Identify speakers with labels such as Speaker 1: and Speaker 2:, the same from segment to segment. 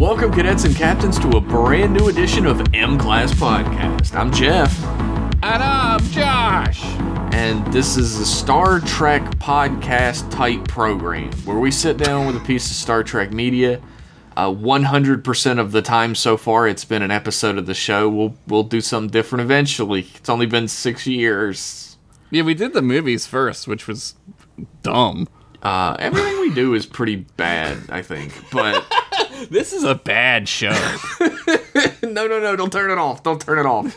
Speaker 1: Welcome, cadets and captains, to a brand new edition of M Class Podcast. I'm Jeff.
Speaker 2: And I'm Josh.
Speaker 1: And this is a Star Trek podcast type program where we sit down with a piece of Star Trek media. Uh, 100% of the time so far, it's been an episode of the show. We'll we'll do something different eventually. It's only been six years.
Speaker 2: Yeah, we did the movies first, which was dumb.
Speaker 1: Uh, everything we do is pretty bad, I think. But
Speaker 2: This is a bad show.
Speaker 1: no, no, no! Don't turn it off! Don't turn it off!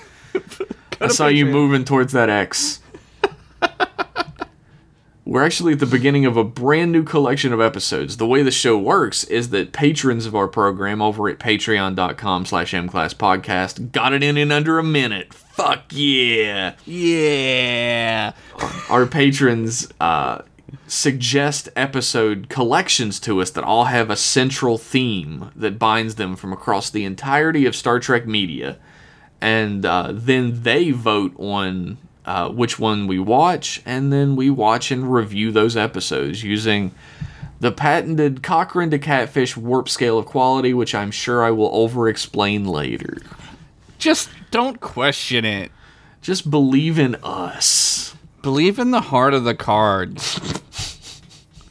Speaker 1: I saw you moving towards that X. We're actually at the beginning of a brand new collection of episodes. The way the show works is that patrons of our program over at patreon.com slash mclasspodcast got it in in under a minute. Fuck yeah!
Speaker 2: yeah.
Speaker 1: Our patrons uh, suggest episode collections to us that all have a central theme that binds them from across the entirety of Star Trek media. And uh, then they vote on uh, which one we watch, and then we watch and review those episodes using the patented Cochrane to Catfish warp scale of quality, which I'm sure I will over explain later.
Speaker 2: Just don't question it.
Speaker 1: Just believe in us.
Speaker 2: Believe in the heart of the cards.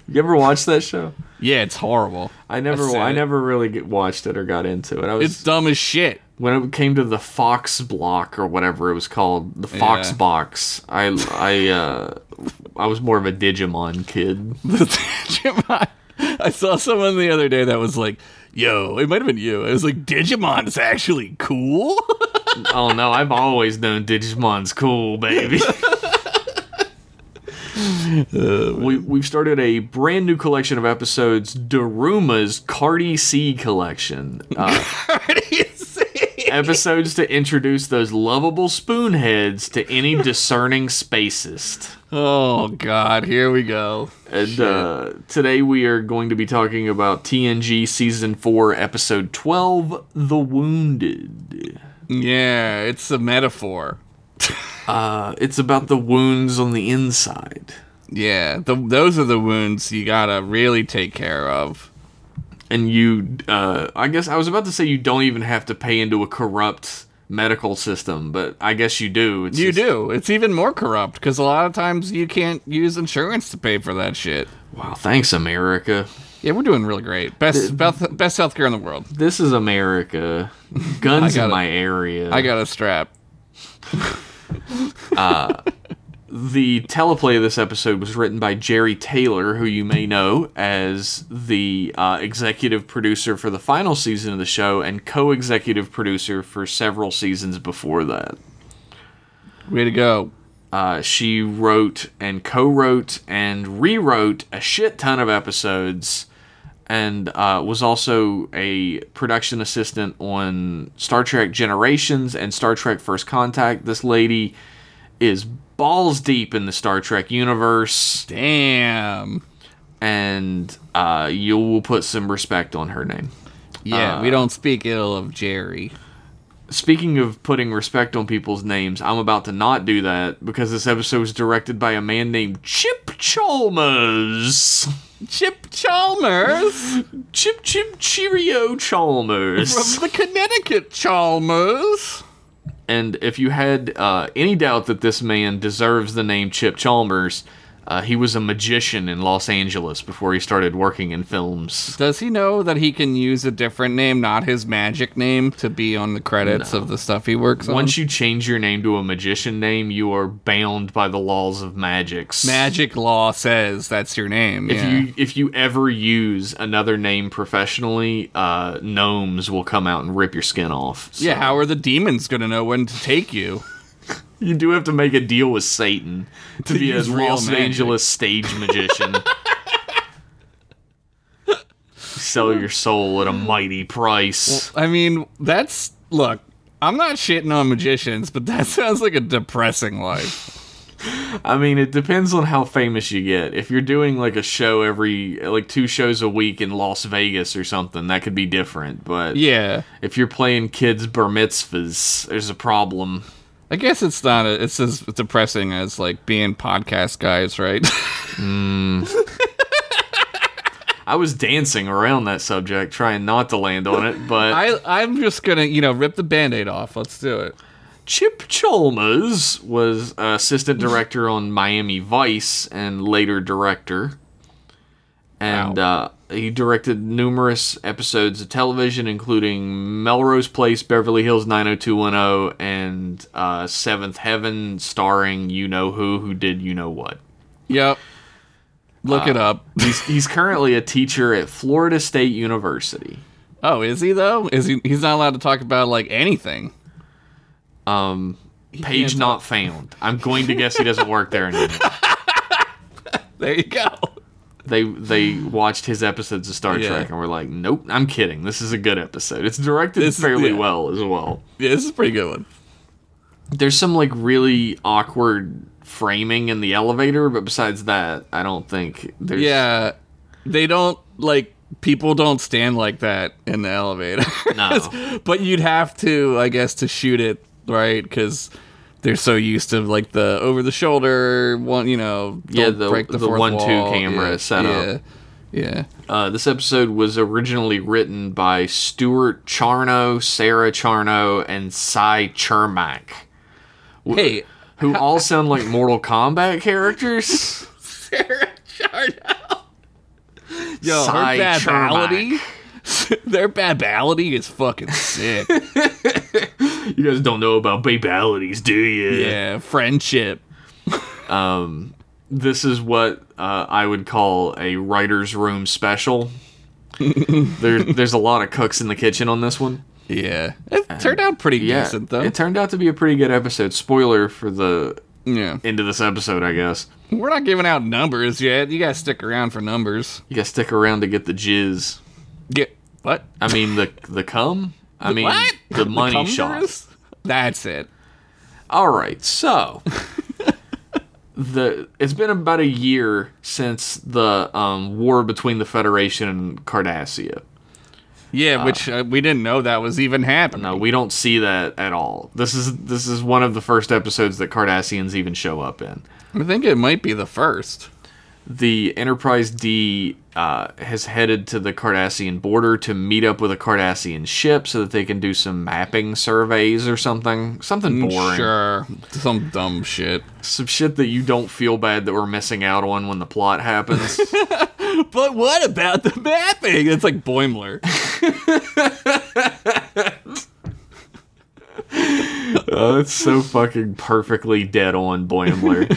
Speaker 1: You ever watch that show?
Speaker 2: Yeah, it's horrible.
Speaker 1: I never,
Speaker 2: said
Speaker 1: I,
Speaker 2: it.
Speaker 1: never really get, watched it or got into it. I was
Speaker 2: It's dumb as shit.
Speaker 1: when it came to the Fox block or whatever it was called, the Fox
Speaker 2: Yeah.
Speaker 1: box. I, I, uh, I was more of a Digimon kid.
Speaker 2: Digimon. I saw someone the other day that was like, yo, it might have been you. I was like, Digimon's actually cool.
Speaker 1: oh no, I've always known Digimon's cool, baby. we, we've started a brand new collection of episodes, Daruma's Cardi C collection. Uh,
Speaker 2: What do you see?
Speaker 1: episodes to introduce those lovable spoonheads to any discerning spacist.
Speaker 2: Oh, God. Here we go.
Speaker 1: And uh, today we are going to be talking about TNG Season 4, Episode 12 The Wounded.
Speaker 2: Yeah, it's a metaphor.
Speaker 1: Uh, it's about the wounds on the inside.
Speaker 2: Yeah, the, those are the wounds you gotta really take care of.
Speaker 1: And you, uh, I guess I was about to say you don't even have to pay into a corrupt medical system, but I guess you do. It's
Speaker 2: You
Speaker 1: just-
Speaker 2: do. It's even more corrupt because a lot of times you can't use insurance to pay for that shit.
Speaker 1: Wow, thanks, America.
Speaker 2: Yeah, we're doing really great. Best best, best healthcare in the world.
Speaker 1: This is America. Guns in
Speaker 2: gotta-
Speaker 1: my area.
Speaker 2: I got a strap.
Speaker 1: The teleplay of this episode was written by Jerry Taylor, who you may know as the uh, executive producer for the final season of the show and co executive producer for several seasons before that.
Speaker 2: Way to go.
Speaker 1: Uh, she wrote and co wrote and rewrote a shit ton of episodes and uh, was also a production assistant on Star Trek Generations and Star Trek First Contact. This lady is balls deep in the Star Trek universe.
Speaker 2: Damn.
Speaker 1: and uh, you will put some respect on her name.
Speaker 2: Yeah, we don't speak ill of Jerry.
Speaker 1: Speaking of putting respect on people's names, I'm about to not do that because this episode was directed by a man named Chip Chalmers.
Speaker 2: Chip Chalmers
Speaker 1: Chip Chip Cheerio
Speaker 2: from
Speaker 1: Chalmers.
Speaker 2: the Connecticut Chalmers.
Speaker 1: and if you had uh, any doubt that this man deserves the name Chip Chalmers, uh, he was a magician in Los Angeles before he started working in films.
Speaker 2: Does he know that he can use a different name, not his magic name, to be on the credits of the stuff he works on?
Speaker 1: Once you change your name to a magician name, you are bound by the laws of magics.
Speaker 2: magic law says that's your name.
Speaker 1: If
Speaker 2: yeah.
Speaker 1: you if you ever use another name professionally, uh, gnomes will come out and rip your skin off. So
Speaker 2: yeah, how are the demons gonna know when to take you?
Speaker 1: you do have to make a deal with Satan to, be a
Speaker 2: use real
Speaker 1: Los
Speaker 2: magic.
Speaker 1: Angeles stage magician. Sell your soul at a mighty price.
Speaker 2: I mean, that's look. I'm not shitting on magicians, but that sounds like a depressing life.
Speaker 1: I mean, it depends on how famous you get. If you're doing like a show every like two shows a week in Las Vegas or something, that could be different. But
Speaker 2: yeah,
Speaker 1: if you're playing kids bar mitzvahs, there's a problem.
Speaker 2: I guess it's not. A, it's as depressing as like being podcast guys, right?
Speaker 1: Mm. I was dancing around that subject, trying not to land on it, but
Speaker 2: I I'm just gonna you know rip the band-aid off. Let's do it.
Speaker 1: Chip Chalmers was assistant director on Miami Vice and later director. And uh, he directed numerous episodes of television, including Melrose Place, Beverly Hills 90210, and uh, Seventh Heaven, starring you know who, who did you know what.
Speaker 2: Yep. Look
Speaker 1: Ah.
Speaker 2: it up.
Speaker 1: He's, he's currently a teacher at Florida State University.
Speaker 2: Oh, is he though? Is he? He's not allowed to talk about like anything.
Speaker 1: Um, page
Speaker 2: can't
Speaker 1: not found. I'm going to guess he doesn't work there anymore.
Speaker 2: There you go.
Speaker 1: they they watched his episodes of Star
Speaker 2: Yeah.
Speaker 1: Trek and were like, "Nope, I'm kidding. This is a good episode. It's directed
Speaker 2: This-
Speaker 1: fairly
Speaker 2: yeah.
Speaker 1: well as well.
Speaker 2: Yeah, this is a pretty good one.
Speaker 1: There's some like really awkward framing in the elevator, but besides that, I don't think there's
Speaker 2: Yeah, they don't like people don't stand like that in the elevator.
Speaker 1: No.
Speaker 2: but you'd have to, I guess, to shoot it right because they're so used to like the over the shoulder one. You know,
Speaker 1: Yeah,
Speaker 2: don't
Speaker 1: the-
Speaker 2: break the,
Speaker 1: the
Speaker 2: fourth
Speaker 1: one-two
Speaker 2: wall.
Speaker 1: camera
Speaker 2: yeah,
Speaker 1: setup.
Speaker 2: Yeah, yeah.
Speaker 1: Uh, this episode was originally written by Stuart Charno, Sarah Charno, and Cy Chermak,
Speaker 2: Hey,
Speaker 1: who all sound like Mortal Kombat characters.
Speaker 2: Sarah Charno. Yo,
Speaker 1: Cy
Speaker 2: her bad
Speaker 1: Chermak.
Speaker 2: ballady. Their bad ballady is fucking sick.
Speaker 1: You guys don't know about babalities, do you?
Speaker 2: yeah, friendship.
Speaker 1: this is what uh, I would call a writer's room special. there, there's a lot of cooks in the kitchen on this one.
Speaker 2: Yeah, it turned out pretty
Speaker 1: Uh, Yeah,
Speaker 2: decent though.
Speaker 1: it turned out to be a pretty good episode. Spoiler for the
Speaker 2: yeah.
Speaker 1: end of this episode, I guess.
Speaker 2: We're not giving out numbers yet. You gotta stick around for numbers.
Speaker 1: You gotta stick around to get the jizz.
Speaker 2: Get what?
Speaker 1: I mean the the cum. I mean
Speaker 2: what?
Speaker 1: the money shot.
Speaker 2: Cumbers? That's it.
Speaker 1: All right, so the it's been about a year since the um, war between the Federation and Cardassia.
Speaker 2: Yeah, which uh, we didn't know that was even happening.
Speaker 1: No, Uh, we don't see that at all. This is this is one of the first episodes that Cardassians even show up in.
Speaker 2: I think it might be the first.
Speaker 1: The Enterprise D uh, has headed to the Cardassian border to meet up with a Cardassian ship so that they can do some mapping surveys or something, something boring,
Speaker 2: Sure, some dumb shit.
Speaker 1: some shit that you don't feel bad that we're missing out on when the plot happens.
Speaker 2: But what about the mapping? It's like Boimler.
Speaker 1: oh, it's so fucking perfectly dead on, Boimler.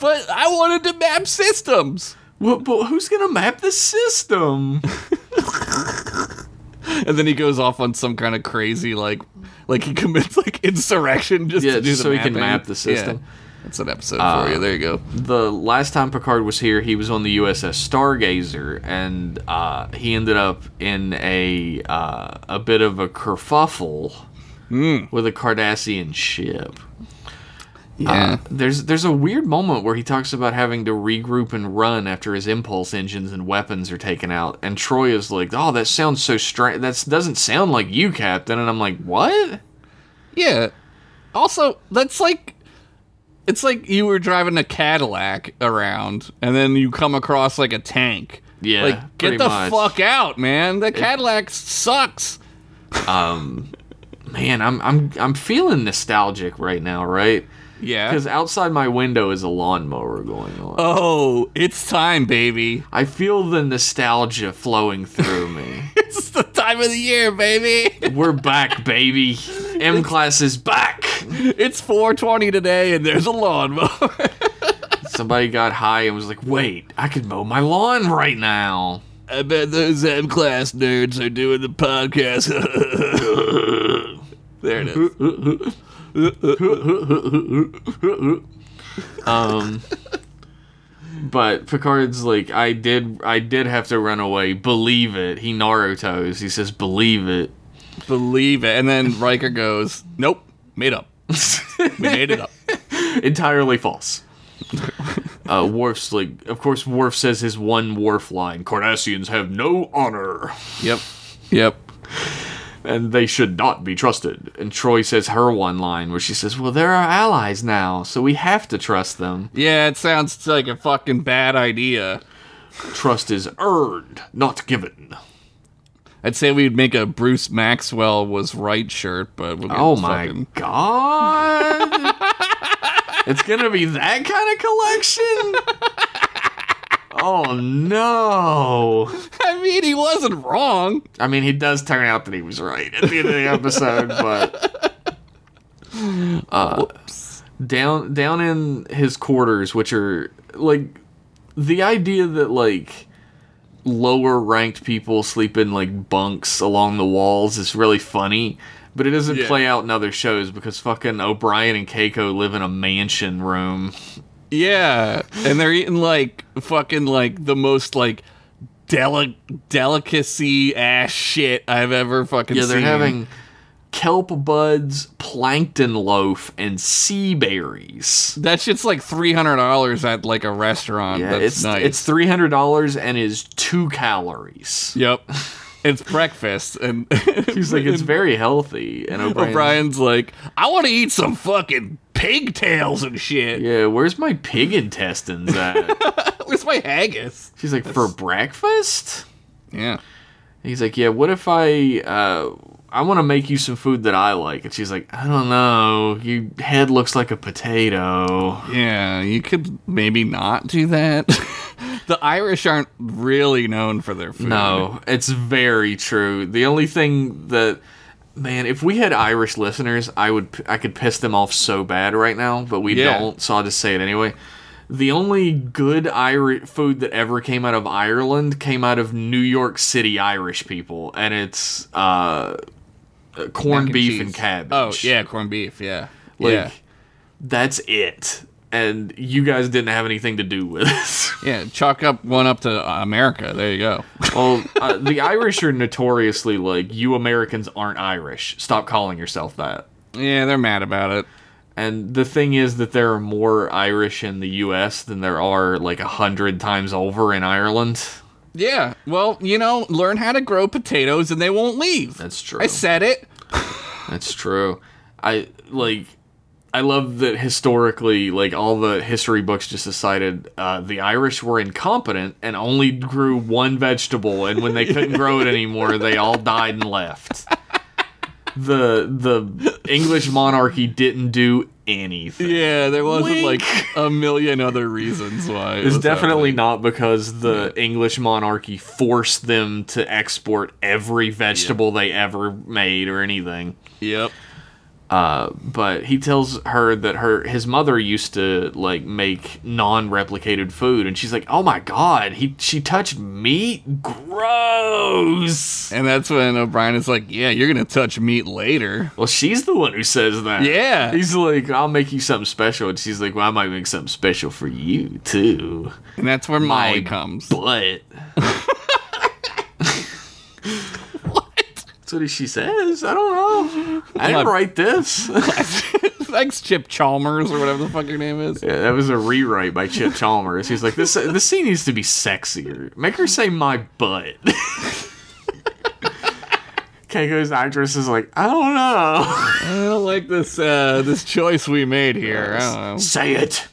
Speaker 2: but I wanted to map systems,
Speaker 1: well, but who's gonna map the system?
Speaker 2: and then he goes off on some kind of crazy like, like he commits like insurrection just
Speaker 1: Yeah,
Speaker 2: to do
Speaker 1: just
Speaker 2: the
Speaker 1: so he can
Speaker 2: mapping.
Speaker 1: map the system.
Speaker 2: Yeah. Ah. That's an episode for you. There you go.
Speaker 1: the last time Picard was here, he was on the USS Stargazer, and uh, he ended up in a uh, a bit of a kerfuffle
Speaker 2: Mm.
Speaker 1: with a Cardassian ship.
Speaker 2: Yeah.
Speaker 1: There's there's a weird moment where he talks about having to regroup and run after his impulse engines and weapons are taken out, and Troy is like, "Oh, that sounds so strange. That doesn't sound like you, Captain." And I'm like, "What?"
Speaker 2: Yeah. Also, that's like it's like you were driving a Cadillac around and then you come across like a tank.
Speaker 1: Yeah,
Speaker 2: Like
Speaker 1: pretty
Speaker 2: get the
Speaker 1: much.
Speaker 2: fuck out, man. That Cadillac sucks.
Speaker 1: Man, I'm I'm I'm feeling nostalgic right now, right?
Speaker 2: Yeah.
Speaker 1: Because outside my window is a lawnmower going on.
Speaker 2: Oh, it's time, baby.
Speaker 1: I feel the nostalgia flowing through me.
Speaker 2: It's the time of the year, baby.
Speaker 1: We're back, baby. M class is back.
Speaker 2: It's 420 today and there's a lawnmower.
Speaker 1: Somebody got high and was like, wait, I could mow my lawn right now.
Speaker 2: I bet those M class nerds are doing the podcast. there it is.
Speaker 1: But Picard's like, I did I did have to run away. Believe it. He Naruto's. He says, believe it.
Speaker 2: Believe it. And then Riker goes, Nope, made up. We made it up.
Speaker 1: Entirely false. Uh, Worf's like, of course, Worf says his one Worf line Cardassians have no honor.
Speaker 2: Yep. Yep.
Speaker 1: and they should not be trusted. And Troy says her one line where she says, Well, they're our allies now, so we have to trust them.
Speaker 2: Yeah, it sounds like a fucking bad idea.
Speaker 1: Trust is earned, not given.
Speaker 2: I'd say we'd make a Bruce Maxwell was right shirt, but we'll get
Speaker 1: Oh my
Speaker 2: fucking-
Speaker 1: god. it's going to be that kind of collection? Oh no.
Speaker 2: I mean, he wasn't wrong.
Speaker 1: I mean, he does turn out that he was right at the end of the episode, but uh, down down in his quarters, which are like the idea that like lower ranked people sleep in like bunks along the walls is really funny, but it doesn't
Speaker 2: Yeah.
Speaker 1: play out in other shows because fucking O'Brien and Keiko live in a mansion room.
Speaker 2: Yeah, and they're eating like fucking like the most like deli- delicacy ass shit I've ever fucking
Speaker 1: Yeah,
Speaker 2: seen.
Speaker 1: they're having kelp buds, plankton loaf, and sea berries.
Speaker 2: that shit's like three hundred dollars at like a restaurant.
Speaker 1: Yeah,
Speaker 2: That's
Speaker 1: it's
Speaker 2: nice.
Speaker 1: it's three hundred dollars and is two calories.
Speaker 2: yep, it's breakfast, and
Speaker 1: He's like, it's very healthy. And O'Brien,
Speaker 2: O'Brien's like, I want to eat some fucking pigtails and shit.
Speaker 1: yeah, where's my pig intestines at?
Speaker 2: Where's my haggis?
Speaker 1: She's like, for breakfast.
Speaker 2: Yeah,
Speaker 1: And he's like, yeah. What if I? Uh, I want to make you some food that I like. And she's like, I don't know. Your head looks like a potato.
Speaker 2: yeah, you could maybe not do that. the Irish aren't really known for their food.
Speaker 1: No, it's very true. The only thing that. Man, if we had Irish listeners, I would I could piss them off so bad right now, but we
Speaker 2: Yeah.
Speaker 1: don't, so I'll just say it anyway. The only good Irish food that ever came out of Ireland came out of New York City Irish people, and it's uh, corned
Speaker 2: and
Speaker 1: beef
Speaker 2: cheese.
Speaker 1: and cabbage.
Speaker 2: Oh yeah, corned beef. Yeah,
Speaker 1: like
Speaker 2: yeah,
Speaker 1: that's it. And you guys didn't have anything to do with it.
Speaker 2: yeah. Chalk up one up to uh, America. There you go.
Speaker 1: Well, uh, the Irish are notoriously like you Americans aren't Irish. Stop calling yourself that.
Speaker 2: yeah, they're mad about it.
Speaker 1: And the thing is that there are more Irish in the U.S. than there are like a hundred times over in Ireland.
Speaker 2: Yeah. Well, you know, learn how to grow potatoes, and they won't leave.
Speaker 1: That's true.
Speaker 2: I said it.
Speaker 1: That's true. I like. I love that historically, like all the history books just decided uh, the Irish were incompetent and only grew one vegetable, and when they couldn't grow it anymore, they all died and left. The the English monarchy didn't do anything.
Speaker 2: Yeah, there wasn't
Speaker 1: Wink.
Speaker 2: like a million other reasons why. It
Speaker 1: It's
Speaker 2: was
Speaker 1: definitely not because the English monarchy forced them to export every vegetable they ever made or anything.
Speaker 2: happening. Yep.
Speaker 1: Uh, but he tells her that her his mother used to like make non-replicated food and she's like oh my god he she touched meat gross
Speaker 2: And that's when O'Brien is like, "Yeah, you're gonna touch meat later."
Speaker 1: well she's the one who says that
Speaker 2: Yeah.
Speaker 1: he's like i'll make you something special and she's like well i might make something special for you too
Speaker 2: And that's where Molly
Speaker 1: My
Speaker 2: comes.
Speaker 1: but what that's what she says i don't know i didn't
Speaker 2: My-
Speaker 1: write this
Speaker 2: Thanks, Chip Chalmers or whatever the fuck your name is.
Speaker 1: Yeah, that was a rewrite by Chip Chalmers. He's like, this this scene needs to be sexier. Make her say my butt. Keiko's actress is like, I don't know.
Speaker 2: I don't like this uh, this choice we made here. I don't know.
Speaker 1: Say it.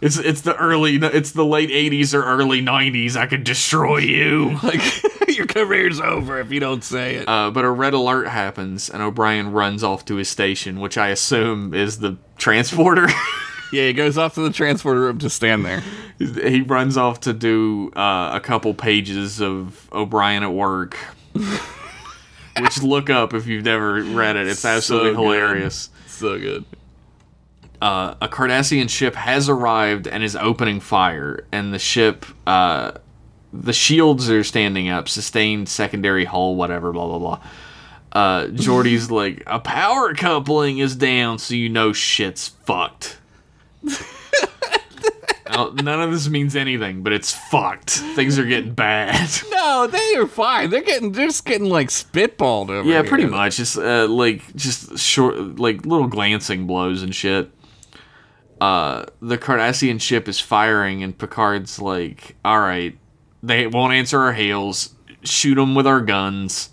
Speaker 1: It's it's the early it's the late eighties or early nineties. I could destroy you.
Speaker 2: Like your career's over if you don't say it.
Speaker 1: Uh, but a red alert happens and O'Brien runs off to his station, which I assume is the transporter.
Speaker 2: yeah, he goes off to the transporter room to stand there.
Speaker 1: he runs off to do uh, a couple pages of O'Brien at work, which look up if you've never read it. It's
Speaker 2: So
Speaker 1: absolutely
Speaker 2: good.
Speaker 1: hilarious.
Speaker 2: So good.
Speaker 1: Uh, a Cardassian ship has arrived and is opening fire, and the ship, uh, the shields are standing up, sustained secondary hull, whatever, blah blah blah. Uh, Jordy's like, a power coupling is down, so you know shit's fucked. Now, none of this means anything, but it's fucked. Things are getting bad.
Speaker 2: No, they are fine. They're getting they're just getting like spitballed over.
Speaker 1: yeah, pretty
Speaker 2: here.
Speaker 1: much. It's uh, like just short, like little glancing blows and shit. Uh, the Cardassian ship is firing, and Picard's like, "All right, they won't answer our hails. Shoot them with our guns."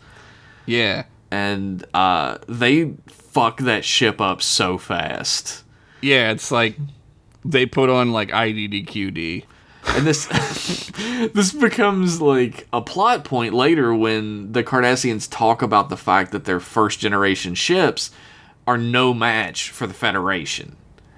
Speaker 2: Yeah.
Speaker 1: And uh, they fuck that ship up so fast.
Speaker 2: Yeah, it's like they put on like IDDQD.
Speaker 1: And this this becomes like a plot point later when the Cardassians talk about the fact that their first generation ships are no match for the Federation.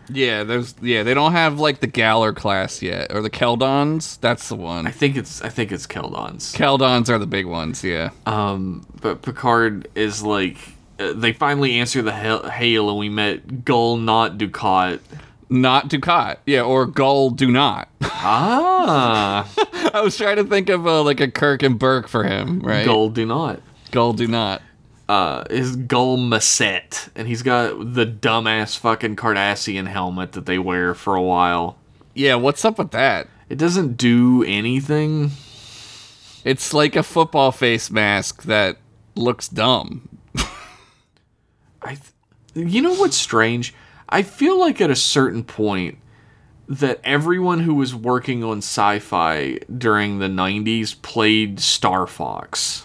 Speaker 2: Yeah, there's yeah, they don't have like the Galler class yet or the Keldons. That's the
Speaker 1: I
Speaker 2: one.
Speaker 1: think it's I think it's Keldon's.
Speaker 2: Keldons are the big ones, yeah.
Speaker 1: Um, but Picard is like, uh, they finally answer the hail, hail and we met Gull, not Ducat.
Speaker 2: Not Ducat. Yeah, or Gull do not.
Speaker 1: Ah,
Speaker 2: I was trying to think of uh, like a Kirk and Burke for him, right?
Speaker 1: Gull do not.
Speaker 2: Gull do not.
Speaker 1: Uh, is Gull Masset, and he's got the dumbass fucking Cardassian helmet that they wear for a while.
Speaker 2: Yeah, what's up with that?
Speaker 1: It doesn't do anything.
Speaker 2: It's like a football face mask that looks dumb.
Speaker 1: I, th- you know what's strange? I feel like at a certain point that everyone who was working on sci-fi during the '90s played Star Fox.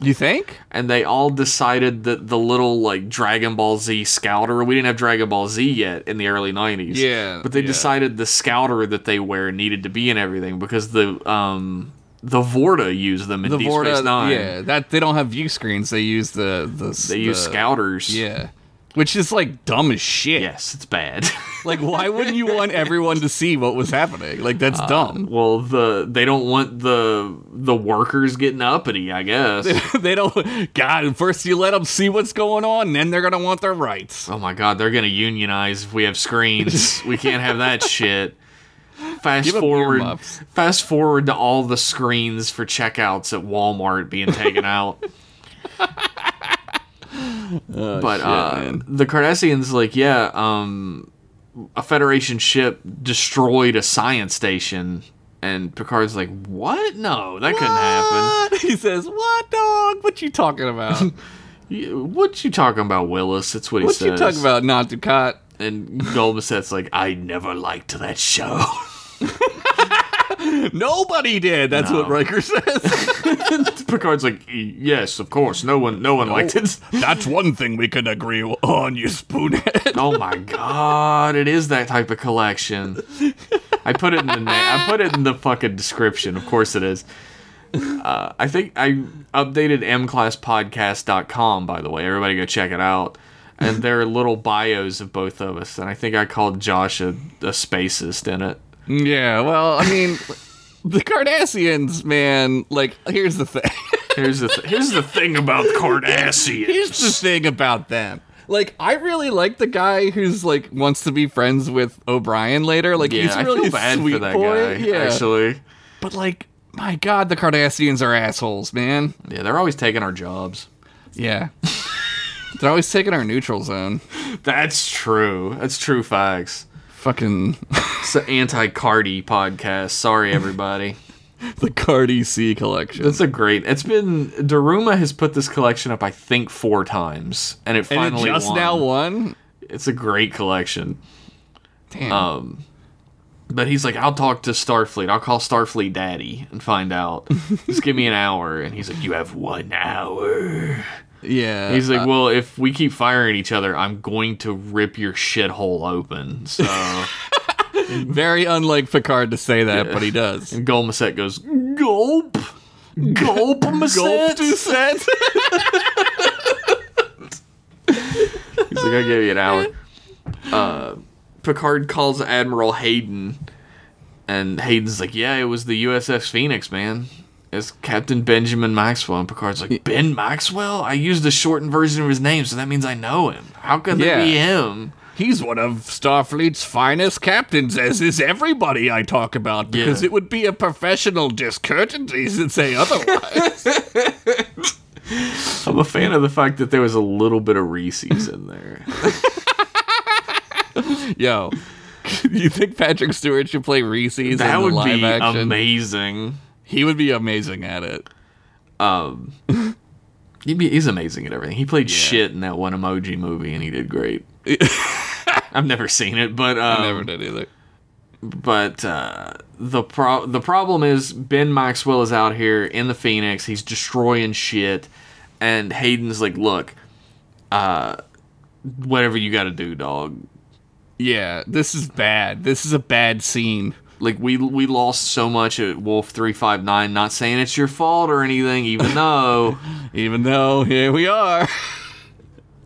Speaker 2: You think?
Speaker 1: and they all decided that the little like Dragon Ball Z scouter. We didn't have Dragon Ball Z yet in the early '90s.
Speaker 2: Yeah,
Speaker 1: but they
Speaker 2: yeah.
Speaker 1: decided the scouter that they wear needed to be in everything because the um the Vorta used them in
Speaker 2: The
Speaker 1: Deep
Speaker 2: Vorta,
Speaker 1: Space Nine.
Speaker 2: yeah, that they don't have view screens. They use the the
Speaker 1: They use scouters.
Speaker 2: Yeah, which is like dumb as shit.
Speaker 1: Yes, it's bad.
Speaker 2: Like, why wouldn't you want everyone to see what was happening? Like, that's dumb.
Speaker 1: well, the they don't want the the workers getting uppity, I guess.
Speaker 2: they don't. God, first you let them see what's going on, then they're gonna want their rights.
Speaker 1: oh my God, they're gonna unionize if we have screens. we can't have that shit. Fast
Speaker 2: Give 'em
Speaker 1: forward,
Speaker 2: earmuffs.
Speaker 1: fast forward to all the screens for checkouts at Walmart being taken out. but
Speaker 2: Oh, shit,
Speaker 1: uh,
Speaker 2: man.
Speaker 1: the Cardassians, like, yeah, um, a Federation ship destroyed a science station, and Picard's like, "What? No, that couldn't happen."
Speaker 2: What? He says, "What dog? What you talking about?
Speaker 1: You- What you talking about, Willis? That's what he
Speaker 2: what
Speaker 1: says.
Speaker 2: you talking about? Not Ducat."
Speaker 1: And Golbaset's like, I never liked that show.
Speaker 2: Nobody did. That's what
Speaker 1: No.
Speaker 2: Riker says.
Speaker 1: Picard's like, "Y- yes, of course. No one, no one liked it.
Speaker 2: That's one thing we can agree on, you spoonhead.
Speaker 1: Oh my god, it is that type of collection. I put it in the na- I put it in the fucking description. Of course it is. Uh, I think I updated mclasspodcast.com by the way. Everybody go check it out. And there are little bios of both of us, and I think I called Josh a, a spacist in it.
Speaker 2: Yeah, well, I mean, the Cardassians, man. Like, here's the thing.
Speaker 1: Here's the th- here's the thing about Cardassians.
Speaker 2: here's the thing about them. Like, I really like the guy who's like wants to be friends with O'Brien later. Like,
Speaker 1: Yeah,
Speaker 2: he's
Speaker 1: I
Speaker 2: really
Speaker 1: feel bad
Speaker 2: sweet
Speaker 1: for that
Speaker 2: boy.
Speaker 1: guy.
Speaker 2: yeah,
Speaker 1: Actually,
Speaker 2: but like, my God, the Cardassians are assholes, man.
Speaker 1: yeah, they're always taking our jobs.
Speaker 2: Yeah, they're always taking our neutral zone.
Speaker 1: That's true. That's true facts.
Speaker 2: Fucking
Speaker 1: It's an anti-Cardi podcast. Sorry, everybody.
Speaker 2: the Cardi C collection.
Speaker 1: That's a great. It's been Daruma has put this collection up, I think, four times, and it
Speaker 2: and
Speaker 1: finally
Speaker 2: it just
Speaker 1: won.
Speaker 2: now won.
Speaker 1: It's a great collection.
Speaker 2: Damn.
Speaker 1: Oh. But he's like, I'll talk to Starfleet. I'll call Starfleet Daddy and find out. Just give me an hour. And he's like, You have one hour.
Speaker 2: yeah.
Speaker 1: He's like, well, if we keep firing at each other, I'm going to rip your shithole open. So
Speaker 2: Very unlike Picard to say that, but he does.
Speaker 1: and Golmaset goes, gulp, gulp,
Speaker 2: Gulp
Speaker 1: Maset.
Speaker 2: to set.
Speaker 1: He's like, I gave you an hour. Uh, Picard calls Admiral Hayden, and Hayden's like, yeah, it was the USS Phoenix, man. It's Captain Benjamin Maxwell, and Picard's like, Ben Maxwell? I used the shortened version of his name, so that means I know him. How could that
Speaker 2: Yeah.
Speaker 1: be him?
Speaker 2: He's one of Starfleet's finest captains, as is everybody I talk about, because
Speaker 1: Yeah.
Speaker 2: it would be a professional discourtesy to say otherwise.
Speaker 1: I'm a fan of the fact that there was a little bit of Reese's in there.
Speaker 2: Yo, you think Patrick Stewart should play Reese's
Speaker 1: That
Speaker 2: in the
Speaker 1: would
Speaker 2: live
Speaker 1: be
Speaker 2: action?
Speaker 1: amazing.
Speaker 2: he would be amazing at it.
Speaker 1: He'd be, he's amazing at everything. He played shit in that one emoji movie, and he did great. I've never seen it, but um,
Speaker 2: Never did either.
Speaker 1: but uh, the pro- the problem is Ben Maxwell is out here in the Phoenix. He's destroying shit, and Hayden's like, "Look, uh, whatever you got to do, dog.
Speaker 2: Yeah, this is bad. This is a bad scene.
Speaker 1: Like we we lost so much at Wolf three five nine. Not saying it's your fault or anything, even though.
Speaker 2: Even though here we are.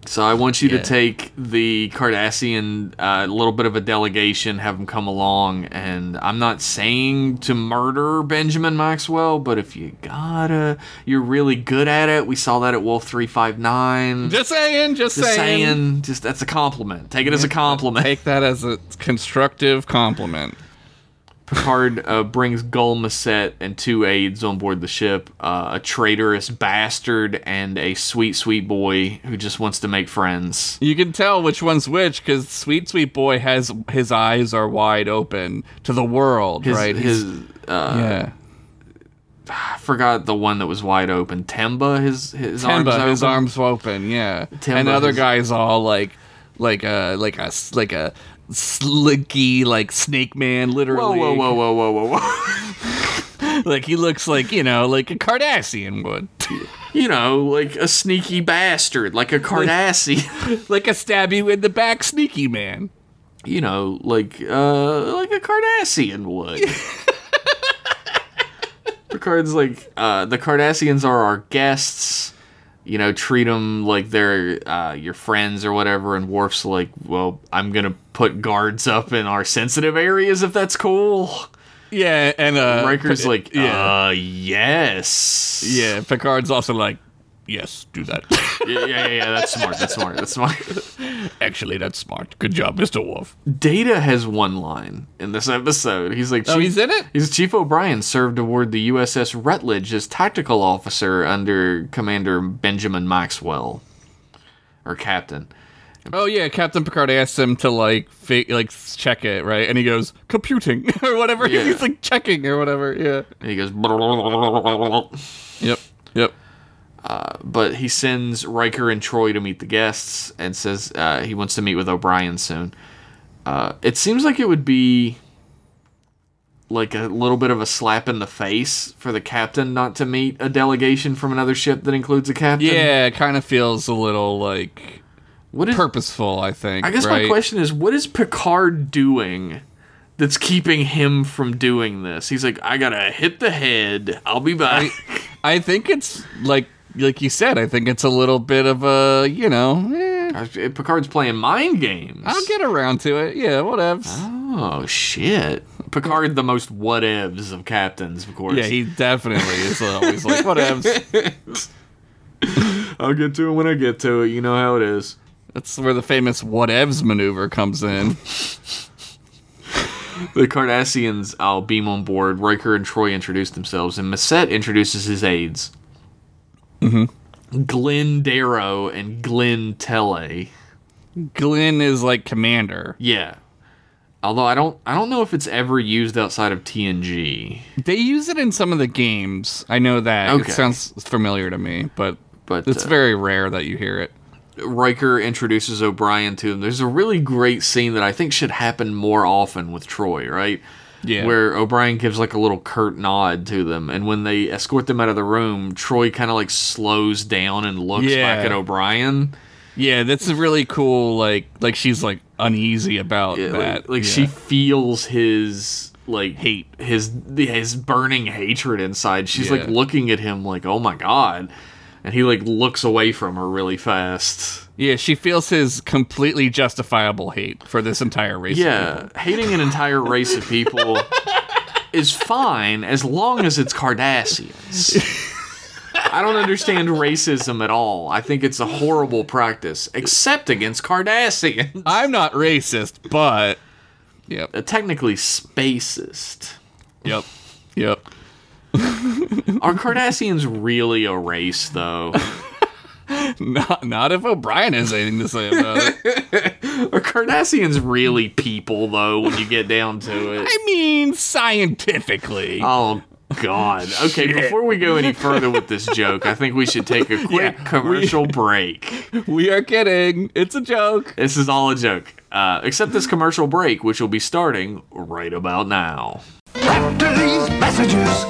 Speaker 1: So I want you
Speaker 2: Yeah.
Speaker 1: to take the Cardassian, uh, little bit of a delegation, have them come along, and I'm not saying to murder Benjamin Maxwell, but if you gotta, you're really good at it. We saw that at Wolf three five nine.
Speaker 2: Just saying. Just,
Speaker 1: Just
Speaker 2: saying.
Speaker 1: saying, just that's a compliment. Take it as a compliment.
Speaker 2: Take that as a constructive compliment.
Speaker 1: Picard uh, brings Gul Masset and two aides on board the ship, uh, a traitorous bastard and a sweet, sweet boy who just wants to make friends.
Speaker 2: You can tell which one's which because Sweet Sweet Boy has his eyes are wide open to the world,
Speaker 1: His,
Speaker 2: right?
Speaker 1: his
Speaker 2: He's-
Speaker 1: uh,
Speaker 2: yeah,
Speaker 1: I forgot the one that was wide open. Temba, his his
Speaker 2: Temba,
Speaker 1: arms
Speaker 2: his
Speaker 1: open.
Speaker 2: arms open, yeah.
Speaker 1: Temba,
Speaker 2: and the other
Speaker 1: his-
Speaker 2: guy's all like, like a like a s- like a slicky like snake man,
Speaker 1: Whoa,
Speaker 2: literally.
Speaker 1: whoa, whoa, whoa, whoa, whoa, whoa!
Speaker 2: Like he looks like you know like a Cardassian would,
Speaker 1: you know, like a sneaky bastard, like a Cardassian.
Speaker 2: like a stab you in the back sneaky man.
Speaker 1: you know, like uh like a Cardassian would. Picard's like uh the Cardassians are our guests. You know, treat them like they're uh, your friends or whatever. And Worf's like, well, I'm gonna put guards up in our sensitive areas if that's cool.
Speaker 2: Yeah, and uh,
Speaker 1: Riker's
Speaker 2: P-
Speaker 1: like,
Speaker 2: yeah,
Speaker 1: uh, yes,
Speaker 2: yeah. Picard's also like, yes, do that.
Speaker 1: yeah, yeah, yeah. That's smart. That's smart. That's smart.
Speaker 2: Actually, that's smart. Good job, Mister Wolf.
Speaker 1: Data has one line in this episode. He's like,
Speaker 2: Oh,
Speaker 1: "Chief-
Speaker 2: he's in it?
Speaker 1: He's Chief O'Brien served aboard the USS Rutledge as tactical officer under Commander Benjamin Maxwell, or Captain.
Speaker 2: Oh yeah, Captain Picard asks him to like fa- like check it right, and he goes computing or whatever.
Speaker 1: Yeah.
Speaker 2: He's like checking or whatever. Yeah.
Speaker 1: And he goes, "Brrrr."
Speaker 2: Yep. Yep.
Speaker 1: but he sends Riker and Troy to meet the guests and says uh, he wants to meet with O'Brien soon. Uh, it seems like it would be like a little bit of a slap in the face for the captain not to meet a delegation from another ship that includes a captain.
Speaker 2: Yeah, it kind of feels a little like
Speaker 1: What is
Speaker 2: purposeful. I think.
Speaker 1: I guess my
Speaker 2: right?
Speaker 1: question is, what is Picard doing that's keeping him from doing this? He's like, I gotta hit the head. I'll be back.
Speaker 2: I think it's like like you said. I think it's a little bit of a you know. eh,
Speaker 1: Picard's playing mind games.
Speaker 2: I'll get around to it. Yeah, whatevs.
Speaker 1: oh shit! Picard, the most whatevs of captains, of course.
Speaker 2: yeah, he definitely is always like whatevs.
Speaker 1: I'll get to it when I get to it. You know how it is.
Speaker 2: That's where the famous whatevs maneuver comes in.
Speaker 1: The Cardassians all beam on board. Riker and Troy introduce themselves, and Masset introduces his aides. Mm-hmm. Glenn Darrow and Glenn Tele.
Speaker 2: Glenn is like commander.
Speaker 1: Yeah. Although I don't I don't know if it's ever used outside of TNG.
Speaker 2: They use it in some of the games. I know that.
Speaker 1: Okay.
Speaker 2: It sounds familiar to me, but
Speaker 1: But,
Speaker 2: it's
Speaker 1: uh,
Speaker 2: very rare that you hear it.
Speaker 1: Riker introduces O'Brien to him. There's a really great scene that I think should happen more often with Troy, right?
Speaker 2: Yeah.
Speaker 1: Where O'Brien gives like a little curt nod to them and when they escort them out of the room, Troy kind of like slows down and looks
Speaker 2: Yeah.
Speaker 1: back at O'Brien.
Speaker 2: Yeah, that's a really cool. Like, like she's like uneasy about
Speaker 1: Yeah,
Speaker 2: that.
Speaker 1: like like
Speaker 2: Yeah.
Speaker 1: she feels his like hate his his burning hatred inside she's like
Speaker 2: Yeah.
Speaker 1: looking at him like oh my god and he like looks away from her really fast
Speaker 2: Yeah, she feels his completely justifiable hate for this entire race. of
Speaker 1: yeah hating an entire race of people is fine as long as it's cardassians i don't understand racism at all i think it's a horrible practice except against cardassians
Speaker 2: people. I'm not racist, but yep,
Speaker 1: technically spacist
Speaker 2: yep, yep.
Speaker 1: Are Cardassians really a race, though?
Speaker 2: Not, not if O'Brien has anything to say about it.
Speaker 1: Are Cardassians really people, though, when you get down to it?
Speaker 2: I mean, scientifically.
Speaker 1: Oh, God. Okay, before we go any further with this joke, I think we should take a quick
Speaker 2: Yeah, we-
Speaker 1: commercial break.
Speaker 2: we are kidding. It's a joke.
Speaker 1: This is all a joke, uh, except this commercial break, which will be starting right about now.
Speaker 3: After these messages,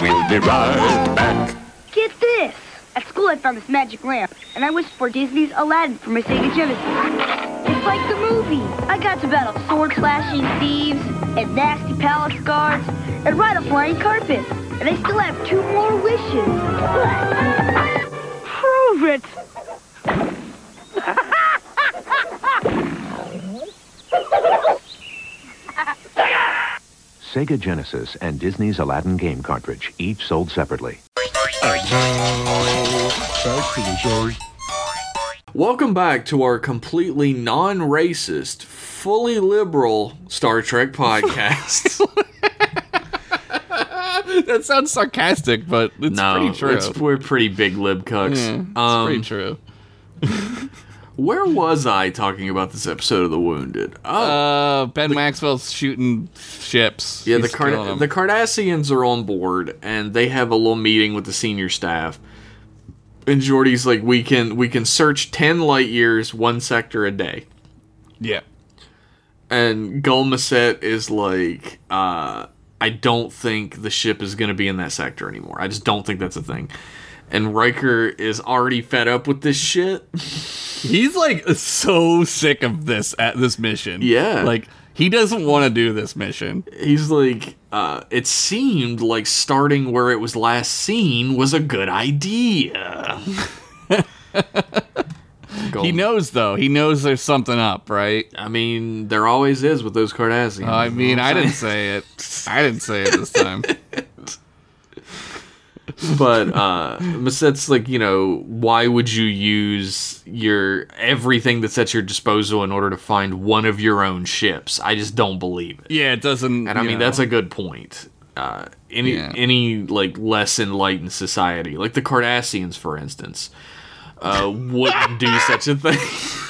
Speaker 3: we'll be right back.
Speaker 4: Get this! At school, I found this magic lamp, and I wished for Disney's Aladdin for my Sega Genesis. It's like the movie. I got to battle sword slashing thieves and nasty palace guards and ride a flying carpet. And I still have two more wishes. Prove it!
Speaker 5: Sega Genesis and Disney's Aladdin game cartridge, each sold separately.
Speaker 1: Welcome back to our completely non racist, fully liberal Star Trek podcast.
Speaker 2: That sounds sarcastic, but it's
Speaker 1: no,
Speaker 2: pretty true.
Speaker 1: it's- we're pretty big lib cucks.
Speaker 2: Yeah, it's
Speaker 1: Um,
Speaker 2: pretty true.
Speaker 1: Where was I talking about this episode of The Wounded? Oh,
Speaker 2: Uh, Ben Maxwell's shooting ships.
Speaker 1: yeah,
Speaker 2: He's
Speaker 1: the Card-
Speaker 2: killing 'em.
Speaker 1: the Cardassians are on board, and they have a little meeting with the senior staff. And Jordy's like, we can we can search ten light years, one sector a day.
Speaker 2: yeah.
Speaker 1: And Gulmaset is like, uh, I don't think the ship is going to be in that sector anymore. I just don't think that's a thing. And Riker is already fed up with this shit.
Speaker 2: He's like so sick of this at this mission.
Speaker 1: Yeah.
Speaker 2: Like he doesn't want to do this mission.
Speaker 1: He's like, uh, it seemed like starting where it was last seen was a good idea. Gul-
Speaker 2: He knows though. He knows there's something up, right?
Speaker 1: I mean, there always is with those Cardassians.
Speaker 2: I
Speaker 1: you know
Speaker 2: mean,
Speaker 1: what
Speaker 2: I
Speaker 1: I'm
Speaker 2: didn't
Speaker 1: saying?
Speaker 2: say it. I didn't say it this time.
Speaker 1: But uh, Massette's like, you know, why would you use your everything that's at your disposal in order to find one of your own ships? I just don't believe it.
Speaker 2: Yeah, it doesn't.
Speaker 1: And I
Speaker 2: you
Speaker 1: mean,
Speaker 2: know.
Speaker 1: that's a good point. Uh, any
Speaker 2: Yeah.
Speaker 1: any like less enlightened society, like the Cardassians, for instance, uh, wouldn't do such a thing.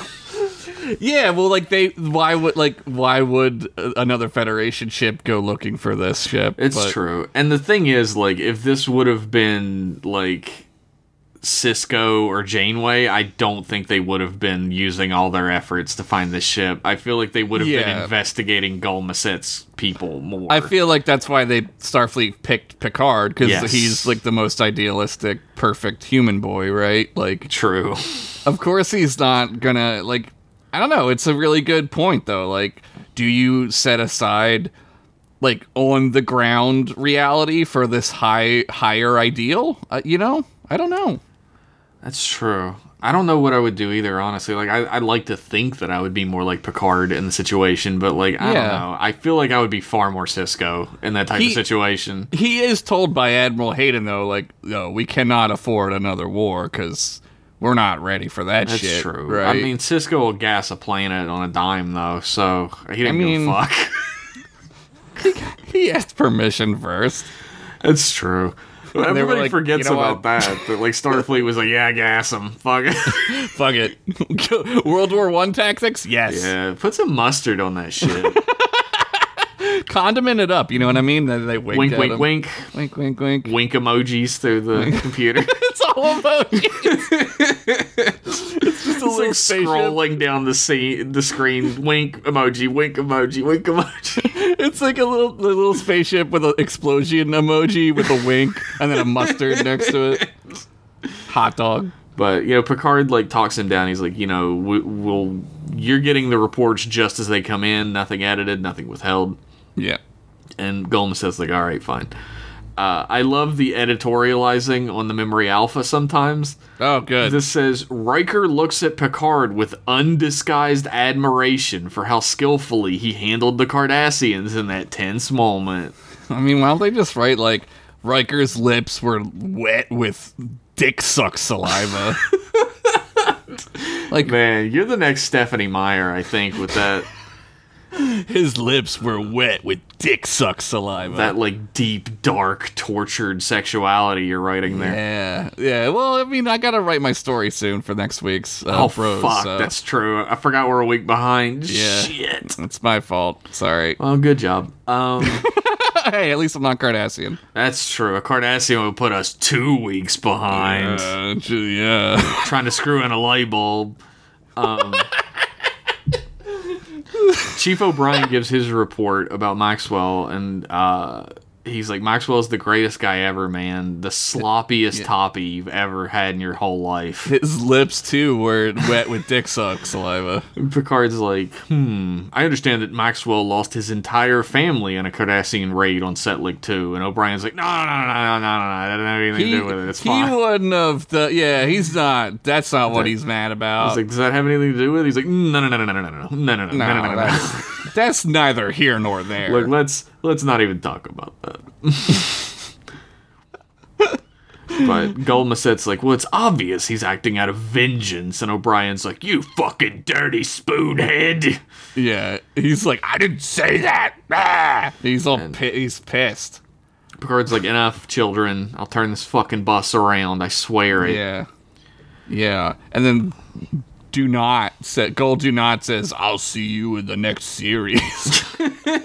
Speaker 2: yeah. Well, like they. Why would like why would uh, another Federation ship go looking for this ship?
Speaker 1: It's
Speaker 2: But-
Speaker 1: true. And the thing is, like, if this would have been like Cisco or Janeway, I don't think they would have been using all their efforts to find this ship. I feel like they would have been
Speaker 2: Yeah.
Speaker 1: investigating Gulmaset's people more.
Speaker 2: I feel like that's why they Starfleet picked Picard because
Speaker 1: Yes.
Speaker 2: he's like the most idealistic, perfect human boy, right? Like,
Speaker 1: true.
Speaker 2: of course he's not gonna like. I don't know. It's a really good point though. Like, do you set aside like on the ground reality for this high higher ideal? Uh, you know, I don't know.
Speaker 1: That's true. I don't know what I would do either, honestly. Like, I, I'd like to think that I would be more like Picard in the situation, but like, I
Speaker 2: Yeah.
Speaker 1: don't know. I feel like I would be far more Cisco in that type
Speaker 2: He-
Speaker 1: of situation.
Speaker 2: He is told by Admiral Hayden though, like, no, we cannot afford another war because we're not ready for that
Speaker 1: That's
Speaker 2: shit.
Speaker 1: true.
Speaker 2: Right?
Speaker 1: I mean, Cisco will gas a planet on a dime, though, so he didn't
Speaker 2: mean-
Speaker 1: give a fuck.
Speaker 2: he asked permission first.
Speaker 1: That's true.
Speaker 2: they were
Speaker 1: Everybody
Speaker 2: like,
Speaker 1: forgets
Speaker 2: "You know
Speaker 1: about
Speaker 2: what?"
Speaker 1: that. That like Starfleet was like, yeah, gas him, fuck it.
Speaker 2: Fuck it. World War One tactics? Yes.
Speaker 1: yeah, put some mustard on that shit.
Speaker 2: Condiment it up, you know what I mean? Then they winked
Speaker 1: wink,
Speaker 2: at
Speaker 1: wink,
Speaker 2: him.
Speaker 1: wink,
Speaker 2: wink, wink, wink.
Speaker 1: wink emojis through the computer.
Speaker 2: It's all emojis. it's just
Speaker 1: It's
Speaker 2: a
Speaker 1: like
Speaker 2: little spaceship.
Speaker 1: scrolling down the scene, the screen. Wink emoji, wink emoji, wink emoji.
Speaker 2: It's like a little the little spaceship with an explosion emoji with a wink and then a mustard next to it. Hot dog.
Speaker 1: But you know, Picard like talks him down. He's like, you know, we, we'll you're getting the reports just as they come in. Nothing edited, nothing withheld.
Speaker 2: Yeah.
Speaker 1: And Golem says like, all right, fine. Uh, I love the editorializing on the memory alpha sometimes.
Speaker 2: Oh, good.
Speaker 1: This says Riker looks at Picard with undisguised admiration for how skillfully he handled the Cardassians in that tense moment.
Speaker 2: I mean, why don't they just write like Riker's lips were wet with dick suck saliva? like
Speaker 1: Man, you're the next Stephanie Meyer, I think, with that
Speaker 2: His lips were wet with dick suck saliva.
Speaker 1: that like deep, dark, tortured sexuality you're writing there.
Speaker 2: yeah, yeah. Well, I mean, I gotta write my story soon for next week's uh,
Speaker 1: Oh
Speaker 2: Bros,
Speaker 1: fuck,
Speaker 2: so
Speaker 1: that's true. I forgot we're a week behind.
Speaker 2: Yeah.
Speaker 1: Shit.
Speaker 2: it's my fault. Sorry.
Speaker 1: Well, good job. Um,
Speaker 2: hey, at least I'm not Cardassian.
Speaker 1: that's true. A Cardassian would put us two weeks behind,
Speaker 2: Uh, j- yeah.
Speaker 1: trying to screw in a light bulb. Um, Chief O'Brien gives his report about Maxwell, and uh, he's like Maxwell's the greatest guy ever, man. The sloppiest toppy you've ever had in your whole life.
Speaker 2: His lips too were wet with dick suck saliva.
Speaker 1: And Picard's like, hmm. I understand that Maxwell lost his entire family in a Cardassian raid on Setlik 2, and O'Brien's like, no, no, no, no, no, no, no, that doesn't have anything to do with it. It's
Speaker 2: he
Speaker 1: fine.
Speaker 2: wouldn't have. The, yeah, he's not. That's not what he's mad about.
Speaker 1: He's like, does that have anything to do with it? He's like, no, no, no, no, no, no, no, no, no, no, no, no,
Speaker 2: no,
Speaker 1: no, no.
Speaker 2: that's, that's neither here nor there.
Speaker 1: Look, let's let's not even talk about that. but Gulmaset's like, well, it's obvious he's acting out of vengeance, and O'Brien's like, you fucking dirty spoonhead.
Speaker 2: yeah, he's like, I didn't say that. Ah! He's all pi- he's pissed.
Speaker 1: Picard's like, enough, children. I'll turn this fucking bus around. I swear it.
Speaker 2: Yeah, yeah, and then do not set goal. Do not says, I'll see you in the next series.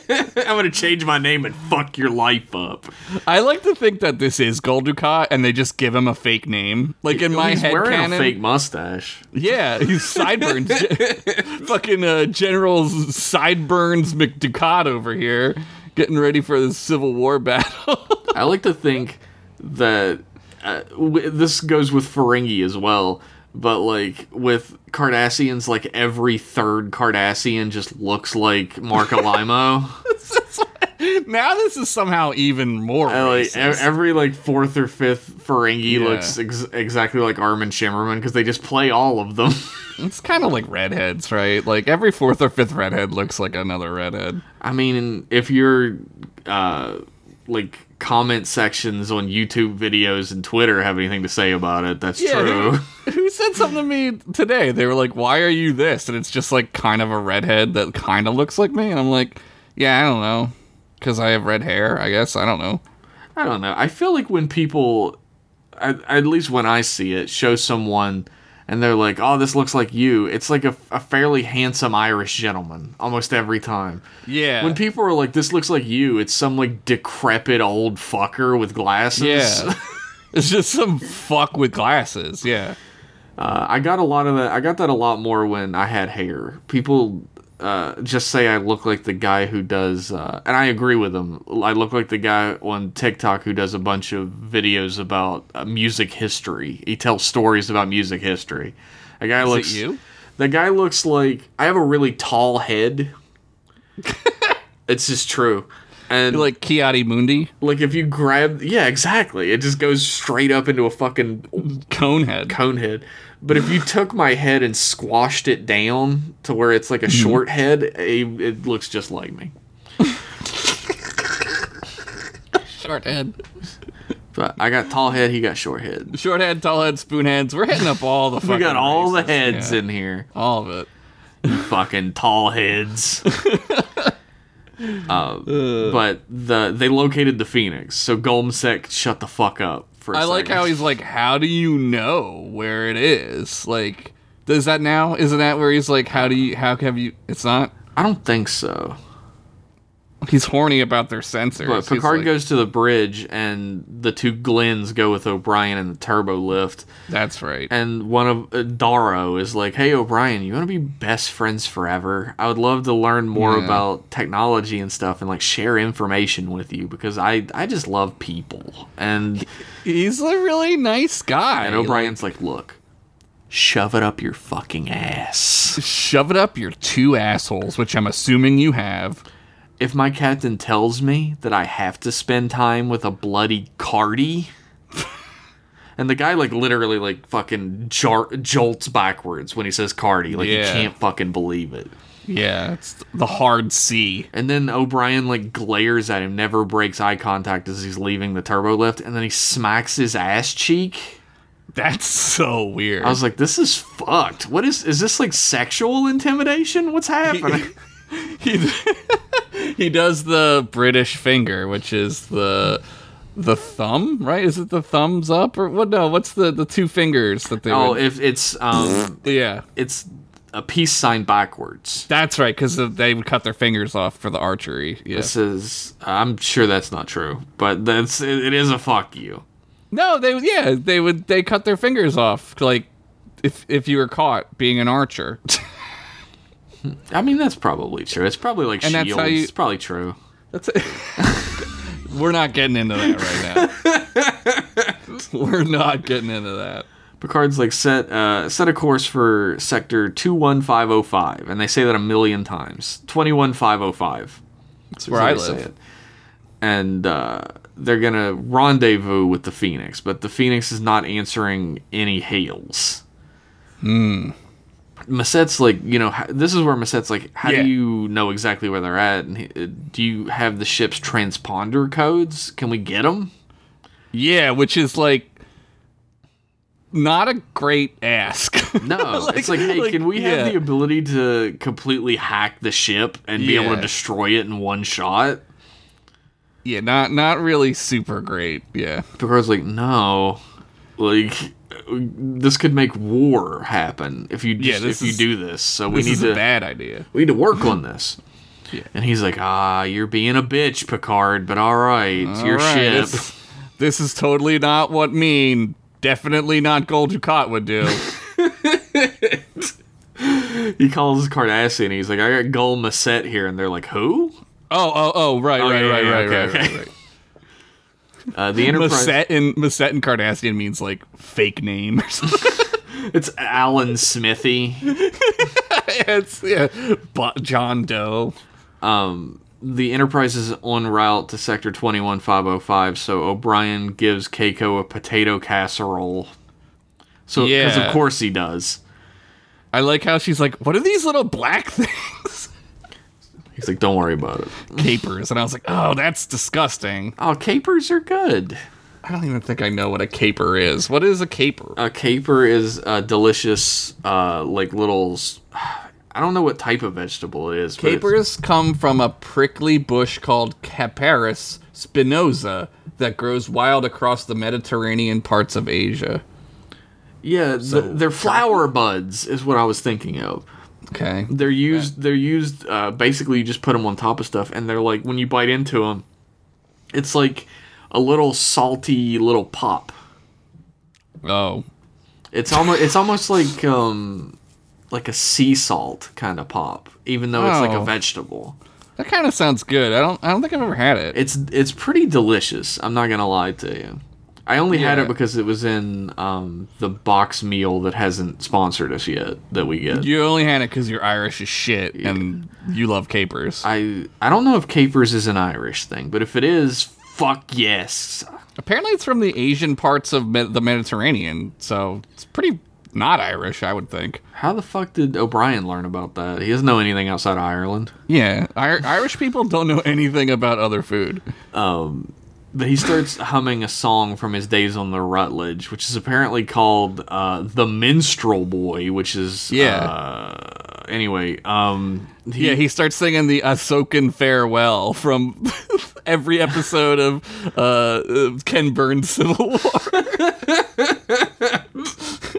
Speaker 1: I'm gonna change my name and fuck your life up.
Speaker 2: I like to think that this is Gul Dukat, and they just give him a fake name. Like in my
Speaker 1: He's
Speaker 2: head
Speaker 1: wearing
Speaker 2: canon,
Speaker 1: a fake mustache.
Speaker 2: Yeah, he's sideburns. fucking uh, General Sideburns McDucat over here, getting ready for the Civil War battle.
Speaker 1: I like to think that uh, w- this goes with Ferengi as well, but like with Cardassians, like every third Cardassian just looks like Mark Alimo.
Speaker 2: now this is somehow even more
Speaker 1: And, like e-
Speaker 2: racist.
Speaker 1: every like fourth or fifth Ferengi
Speaker 2: Yeah.
Speaker 1: looks ex- exactly like Armin Shimmerman because they just play all of them.
Speaker 2: it's kind of like redheads, right? Like every fourth or fifth redhead looks like another redhead.
Speaker 1: I mean, if your uh, like comment sections on YouTube videos and Twitter have anything to say about it, that's true.
Speaker 2: Who, who said something to me today? They were like, "Why are you this?" And it's just like kind of a redhead that kind of looks like me, and I'm like, "Yeah, I don't know, because I have red hair. I guess I don't know."
Speaker 1: I don't know. I feel like when people, at, at least when I see it, show someone and they're like, "Oh, this looks like you," it's like a, a fairly handsome Irish gentleman almost every time.
Speaker 2: Yeah.
Speaker 1: When people are like, "This looks like you," it's some like decrepit old fucker with glasses.
Speaker 2: Yeah. it's just some fuck with glasses. Yeah.
Speaker 1: Uh, I got a lot of that. I got that a lot more when I had hair. People uh, just say I look like the guy who does, uh, and I agree with them. I look like the guy on TikTok who does a bunch of videos about uh, music history. He tells stories about music history. A guy
Speaker 2: it
Speaker 1: looks.
Speaker 2: you?
Speaker 1: The guy looks like I have a really tall head. it's just true. And
Speaker 2: Like Kiati Mundi,
Speaker 1: like if you grab yeah exactly it just goes straight up into a fucking
Speaker 2: Conehead.
Speaker 1: cone head. But if you took my head and squashed it down to where it's like a
Speaker 2: Mm-hmm.
Speaker 1: short head, it, it looks just like me.
Speaker 2: Short head.
Speaker 1: But I got tall head, he got short head.
Speaker 2: Short head, tall head, spoon heads. We're hitting up all the fucking
Speaker 1: We got all the
Speaker 2: races.
Speaker 1: heads
Speaker 2: Yeah.
Speaker 1: in here.
Speaker 2: All of it.
Speaker 1: Fucking tall heads. Uh, but the they located the Phoenix, so Golmsek shut the fuck up for. a
Speaker 2: I like
Speaker 1: second.
Speaker 2: how he's like, how do you know where it is? Like, does that now? Isn't that where he's like, how do you, how have you, it's not?
Speaker 1: I don't think so.
Speaker 2: He's horny about their sensors.
Speaker 1: But
Speaker 2: He's
Speaker 1: Picard
Speaker 2: like,
Speaker 1: goes to the bridge, and the two Glens go with O'Brien and the turbo lift.
Speaker 2: That's right.
Speaker 1: and one of uh, Darrow is like, "Hey O'Brien, you want to be best friends forever? I would love to learn more
Speaker 2: Yeah.
Speaker 1: about technology and stuff, and like share information with you because I I just love people." And
Speaker 2: He's a really nice guy.
Speaker 1: and O'Brien's like, "Look, shove it up your fucking ass.
Speaker 2: shove it up your two assholes, which I'm assuming you have.
Speaker 1: If my captain tells me that I have to spend time with a bloody Cardi." And the guy like literally like fucking jar- jolts backwards when he says Cardi, like he
Speaker 2: Yeah.
Speaker 1: can't fucking believe it.
Speaker 2: Yeah, it's the hard C.
Speaker 1: And then O'Brien like glares at him, never breaks eye contact as he's leaving the turbo lift, and then he smacks his ass cheek.
Speaker 2: That's so weird.
Speaker 1: I was like, this is fucked. What is is this like sexual intimidation? What's happening?
Speaker 2: he, he does the British finger, which is the the thumb, right? Is it the thumbs up or what? No, what's the the two fingers that they?
Speaker 1: oh,
Speaker 2: would-
Speaker 1: if it's um
Speaker 2: yeah,
Speaker 1: it's a peace sign backwards.
Speaker 2: that's right, because they would cut their fingers off for the archery. Yeah.
Speaker 1: This is I'm sure that's not true, but that's it, it is a fuck you.
Speaker 2: No, they would- yeah they would they cut their fingers off like if if you were caught being an archer.
Speaker 1: I mean that's probably true. It's probably like
Speaker 2: And that's
Speaker 1: shields.
Speaker 2: how you-
Speaker 1: It's probably true.
Speaker 2: That's it. We're not getting into that right now. We're not getting into that.
Speaker 1: Picard's like set uh, set a course for sector two one five zero five, and they say that a million times. Twenty one five zero five.
Speaker 2: That's where I
Speaker 1: That's how they say
Speaker 2: live.
Speaker 1: it. And uh, they're gonna rendezvous with the Phoenix, but the Phoenix is not answering any hails. Hmm. Massette's like, you know, h- this is where Massette's like, how
Speaker 2: Yeah.
Speaker 1: do you know exactly where they're at? And he, uh, do you have the ship's transponder codes? Can we get them?
Speaker 2: Yeah, which is like not a great ask.
Speaker 1: No, it's like, hey,
Speaker 2: like,
Speaker 1: can we
Speaker 2: yeah.
Speaker 1: have the ability to completely hack the ship and be able
Speaker 2: Yeah.
Speaker 1: to destroy it in one shot?
Speaker 2: yeah, not not really super great. Yeah.
Speaker 1: Picard's like, no, like this could make war happen if you
Speaker 2: Yeah,
Speaker 1: just,
Speaker 2: this
Speaker 1: if you
Speaker 2: is-
Speaker 1: do this. So we
Speaker 2: This
Speaker 1: need
Speaker 2: is
Speaker 1: to
Speaker 2: a bad idea.
Speaker 1: we need to work on this.
Speaker 2: Yeah.
Speaker 1: And he's like, ah, you're being a bitch, Picard. But all right, it's your
Speaker 2: All right,
Speaker 1: ship.
Speaker 2: This, this is totally not what mean. Definitely not Gold Ducat would do. Oh,
Speaker 1: He calls Cardassian. and He's like, I got Gul Masset here, and they're like, who?
Speaker 2: oh, oh, oh, right,
Speaker 1: Oh,
Speaker 2: right,
Speaker 1: yeah,
Speaker 2: right,
Speaker 1: yeah,
Speaker 2: right,
Speaker 1: okay,
Speaker 2: right,
Speaker 1: okay.
Speaker 2: right, right.
Speaker 1: Uh, the Enterprise.
Speaker 2: Masset and Masset and Cardassian means like fake name or something.
Speaker 1: It's Alan Smithy.
Speaker 2: it's yeah, but John Doe.
Speaker 1: the Enterprise is en route to Sector 21505, so O'Brien gives Keiko a potato casserole. So, because
Speaker 2: Yeah.
Speaker 1: of course he does.
Speaker 2: I like how she's like, "What are these little black things?"
Speaker 1: He's like, don't worry about it.
Speaker 2: Capers, and I was like, "Oh, that's disgusting."
Speaker 1: Oh, capers are good.
Speaker 2: I don't even think I know what a caper is. What is a caper?
Speaker 1: A caper is a delicious, uh, like little. s- I don't know what type of vegetable it is. but it's-
Speaker 2: Capers come from a prickly bush called Caparis spinosa that grows wild across the Mediterranean parts of Asia.
Speaker 1: yeah, th- they're flower buds, is what I was thinking of.
Speaker 2: Okay.
Speaker 1: They're used. They're used. Uh, basically, you just put them on top of stuff, and they're like when you bite into them, it's like a little salty little pop.
Speaker 2: Oh.
Speaker 1: It's almost. It's almost like um, like a sea salt kind of pop, even though it's like
Speaker 2: Oh.
Speaker 1: a vegetable.
Speaker 2: That kind of sounds good. I don't I don't think I've ever had it.
Speaker 1: It's it's pretty delicious. I'm not gonna lie to you. I only had
Speaker 2: Yeah.
Speaker 1: it because it was in um, the box meal that hasn't sponsored us yet that we get.
Speaker 2: You only had it because you're Irish as shit and you love capers.
Speaker 1: I I don't know if capers is an Irish thing, but if it is, fuck yes.
Speaker 2: Apparently, it's from the Asian parts of Med- the Mediterranean, so it's pretty not Irish, I would think.
Speaker 1: How the fuck did O'Brien learn about that? He doesn't know anything outside of Ireland.
Speaker 2: Yeah, Ir- Irish people don't know anything about other food.
Speaker 1: But he starts humming a song from his days on the Rutledge, which is apparently called uh, "The Minstrel Boy," which is
Speaker 2: Yeah.
Speaker 1: Uh, anyway, um, he,
Speaker 2: Yeah, he starts singing the Ahsokan farewell from every episode of uh, uh, Ken Burns' Civil War.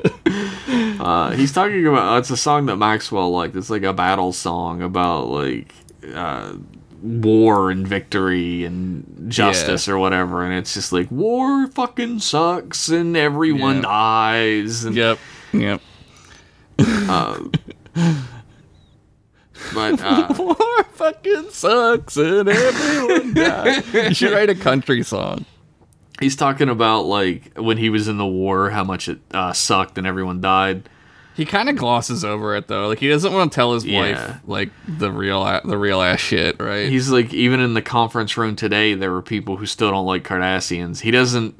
Speaker 1: uh, he's talking about. It's a song that Maxwell liked. It's like a battle song about like uh, war and victory and justice or whatever. And it's just like war fucking sucks and everyone
Speaker 2: Yeah.
Speaker 1: dies. And
Speaker 2: yep, yep.
Speaker 1: but uh,
Speaker 2: War fucking sucks and everyone dies. You should write a country song.
Speaker 1: He's talking about like when he was in the war, how much it uh, sucked and everyone died.
Speaker 2: He kind of glosses over it though. Like he doesn't want to tell his
Speaker 1: Yeah.
Speaker 2: wife like the real a- the real ass shit, right?
Speaker 1: He's like, even in the conference room today, there were people who still don't like Cardassians. He doesn't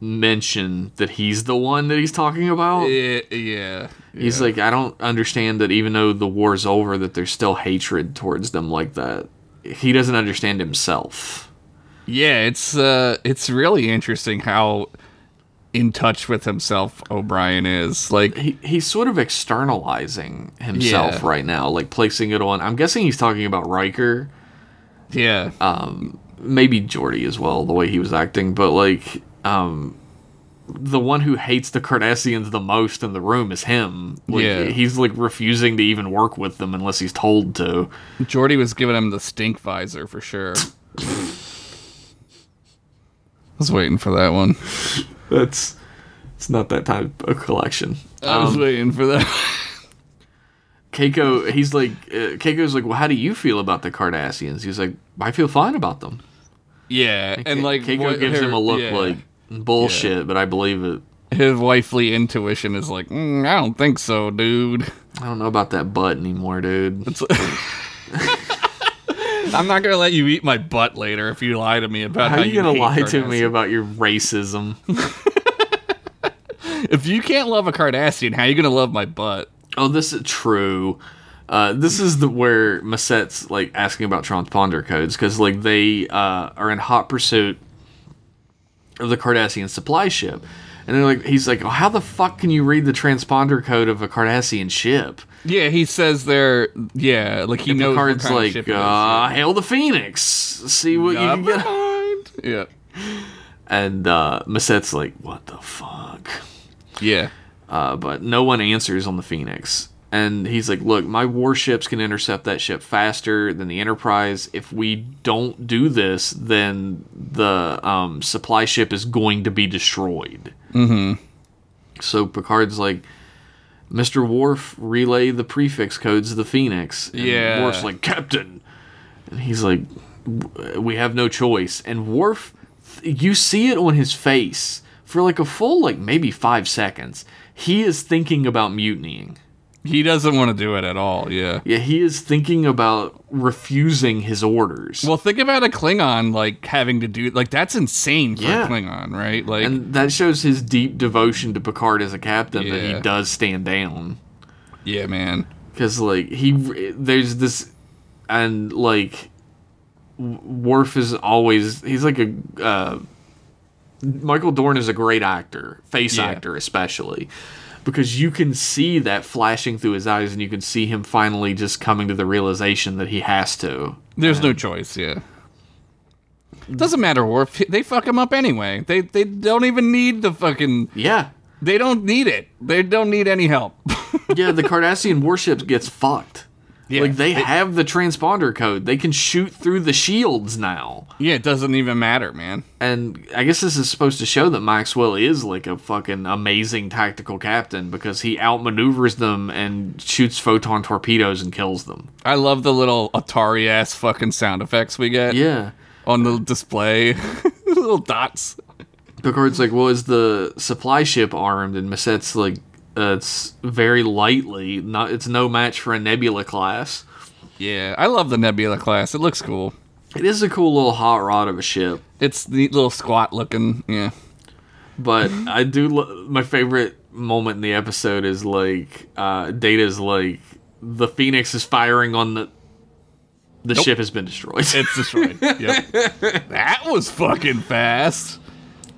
Speaker 1: mention that he's the one that he's talking about.
Speaker 2: yeah, yeah.
Speaker 1: He's like, I don't understand that even though the war's over, that there's still hatred towards them like that. He doesn't understand himself.
Speaker 2: Yeah, it's uh it's really interesting how in touch with himself O'Brien is. Like
Speaker 1: He, he's sort of externalizing himself
Speaker 2: Yeah.
Speaker 1: right now, like placing it on. I'm guessing he's talking about Riker.
Speaker 2: yeah.
Speaker 1: maybe Jordy as well, the way he was acting, but like, um, the one who hates the Cardassians the most in the room is him. Like,
Speaker 2: Yeah.
Speaker 1: he's like refusing to even work with them unless he's told to.
Speaker 2: Jordy was giving him the stink visor for sure. I was waiting for that one.
Speaker 1: That's it's not that type of collection.
Speaker 2: I was waiting for that.
Speaker 1: Keiko, he's like, uh, Keiko's like, well, how do you feel about the Cardassians? He's like, I feel fine about them.
Speaker 2: yeah, and like
Speaker 1: Keiko
Speaker 2: what
Speaker 1: gives
Speaker 2: her-
Speaker 1: him a look
Speaker 2: yeah.
Speaker 1: like bullshit, but I believe it.
Speaker 2: his wifely intuition is like, "Mm, I don't think so, dude.
Speaker 1: I don't know about that butt anymore, dude.
Speaker 2: It's like- I'm not gonna let you eat my butt later if you lie to me about
Speaker 1: How
Speaker 2: how,
Speaker 1: are you gonna
Speaker 2: hate
Speaker 1: lie to me
Speaker 2: Kardashian.
Speaker 1: about your racism?
Speaker 2: If you can't love a Kardashian, how you gonna love my butt?
Speaker 1: Oh, this is true. Uh, this is the where Massette's like asking about transponder codes because like they uh, are in hot pursuit of the Cardassian supply ship, and they're like he's like, oh, how the fuck can you read the transponder code of a Cardassian ship?
Speaker 2: Yeah, he says they're yeah, like he
Speaker 1: And
Speaker 2: knows what
Speaker 1: Picard's
Speaker 2: kind of
Speaker 1: like,
Speaker 2: ship it is.
Speaker 1: uh, hail the Phoenix, see what you can get.
Speaker 2: Nevermind. Yeah,
Speaker 1: And uh, Massette's like, what the fuck?
Speaker 2: yeah.
Speaker 1: uh, but no one answers on the Phoenix. And he's like, "Look, my warships can intercept that ship faster than the Enterprise. If we don't do this, then the um, supply ship is going to be destroyed." Mm-hmm. So Picard's like, "Mr. Worf, relay the prefix codes of the Phoenix." And
Speaker 2: Yeah.
Speaker 1: Worf's like, "Captain," and he's like, "W- "We have no choice." And Worf, you see it on his face for like a full like maybe five seconds. He is thinking about mutinying.
Speaker 2: He doesn't want to do it at all. Yeah.
Speaker 1: Yeah, he is thinking about refusing his orders.
Speaker 2: Well, think about a Klingon like having to do like that's insane for
Speaker 1: Yeah.
Speaker 2: a Klingon, right? Like,
Speaker 1: and that shows his deep devotion to Picard as a captain that he
Speaker 2: Yeah.
Speaker 1: does stand down.
Speaker 2: yeah, man.
Speaker 1: because like he there's this and like W- Worf is always he's like a uh, Michael Dorn is a great actor face
Speaker 2: Yeah.
Speaker 1: actor especially because you can see that flashing through his eyes and you can see him finally just coming to the realization that he has to
Speaker 2: There's no choice. Yeah. Doesn't matter, Worf. They fuck him up anyway. They they don't even need the fucking.
Speaker 1: yeah
Speaker 2: They don't need it. They don't need any help.
Speaker 1: yeah the Cardassian warship gets fucked
Speaker 2: Yeah.
Speaker 1: like they have the transponder code they can shoot through the shields now
Speaker 2: yeah, it doesn't even matter, man.
Speaker 1: and I guess this is supposed to show that Maxwell is like a fucking amazing tactical captain because he outmaneuvers them and shoots photon torpedoes and kills them.
Speaker 2: I love the little Atari ass fucking sound effects we get
Speaker 1: Yeah.
Speaker 2: on the display. little dots.
Speaker 1: Picard's like, well, is the supply ship armed? And Massette's like, uh, it's very lightly. Not, it's no match for a Nebula class.
Speaker 2: Yeah, I love the Nebula class. It looks cool.
Speaker 1: It is a cool little hot rod of a ship.
Speaker 2: It's neat little squat looking. Yeah.
Speaker 1: But
Speaker 2: Mm-hmm.
Speaker 1: I do. Lo- my favorite moment in the episode is like uh, Data's like the Phoenix is firing on the the ship has been destroyed.
Speaker 2: It's destroyed. yep. That was fucking fast.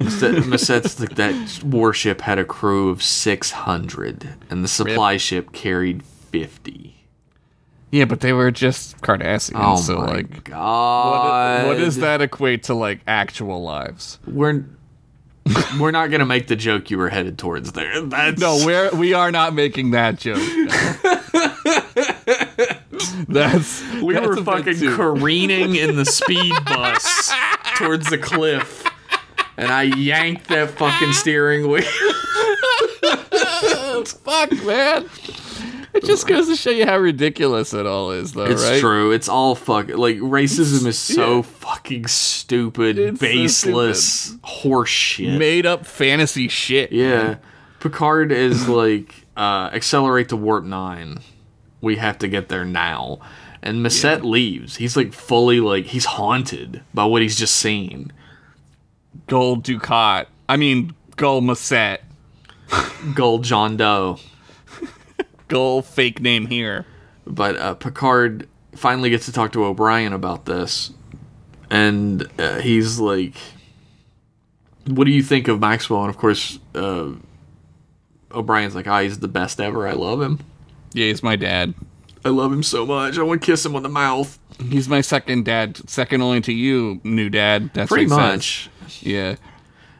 Speaker 1: Massette's like that warship had a crew of six hundred, and the supply ship carried fifty.
Speaker 2: Yeah, but they were just Cardassians.
Speaker 1: Oh
Speaker 2: so
Speaker 1: my
Speaker 2: like
Speaker 1: god!
Speaker 2: what does that equate to like actual lives?
Speaker 1: We're we're not gonna make the joke you were headed towards there. That's
Speaker 2: No, we're we are not making that joke. that's
Speaker 1: we
Speaker 2: that's
Speaker 1: were
Speaker 2: a bit
Speaker 1: fucking
Speaker 2: too-
Speaker 1: careening in the speed bus towards the cliff and i yanked that fucking steering wheel
Speaker 2: Fuck, man. It just goes to show you how ridiculous it all is, though,
Speaker 1: it's
Speaker 2: right?
Speaker 1: true it's all fuck like racism is so fucking stupid
Speaker 2: It's so
Speaker 1: baseless horseshit
Speaker 2: Made up fantasy shit.
Speaker 1: yeah picard is like uh accelerate to warp 9 we have to get there now and Masset leaves. He's like fully like he's haunted by what he's just seen.
Speaker 2: Gul Ducat. I mean, Gul Masset.
Speaker 1: Gull John Doe.
Speaker 2: Gul fake name here.
Speaker 1: but uh, Picard finally gets to talk to O'Brien about this, and uh, he's like, "What do you think of Maxwell?" And of course, uh, O'Brien's like, "Ah, he's the best ever. I love him.
Speaker 2: Yeah, he's my dad.
Speaker 1: I love him so much. I want to kiss him on the mouth."
Speaker 2: He's my second dad, second only to you, new dad. That's
Speaker 1: Pretty
Speaker 2: what he says.
Speaker 1: much.
Speaker 2: Yeah.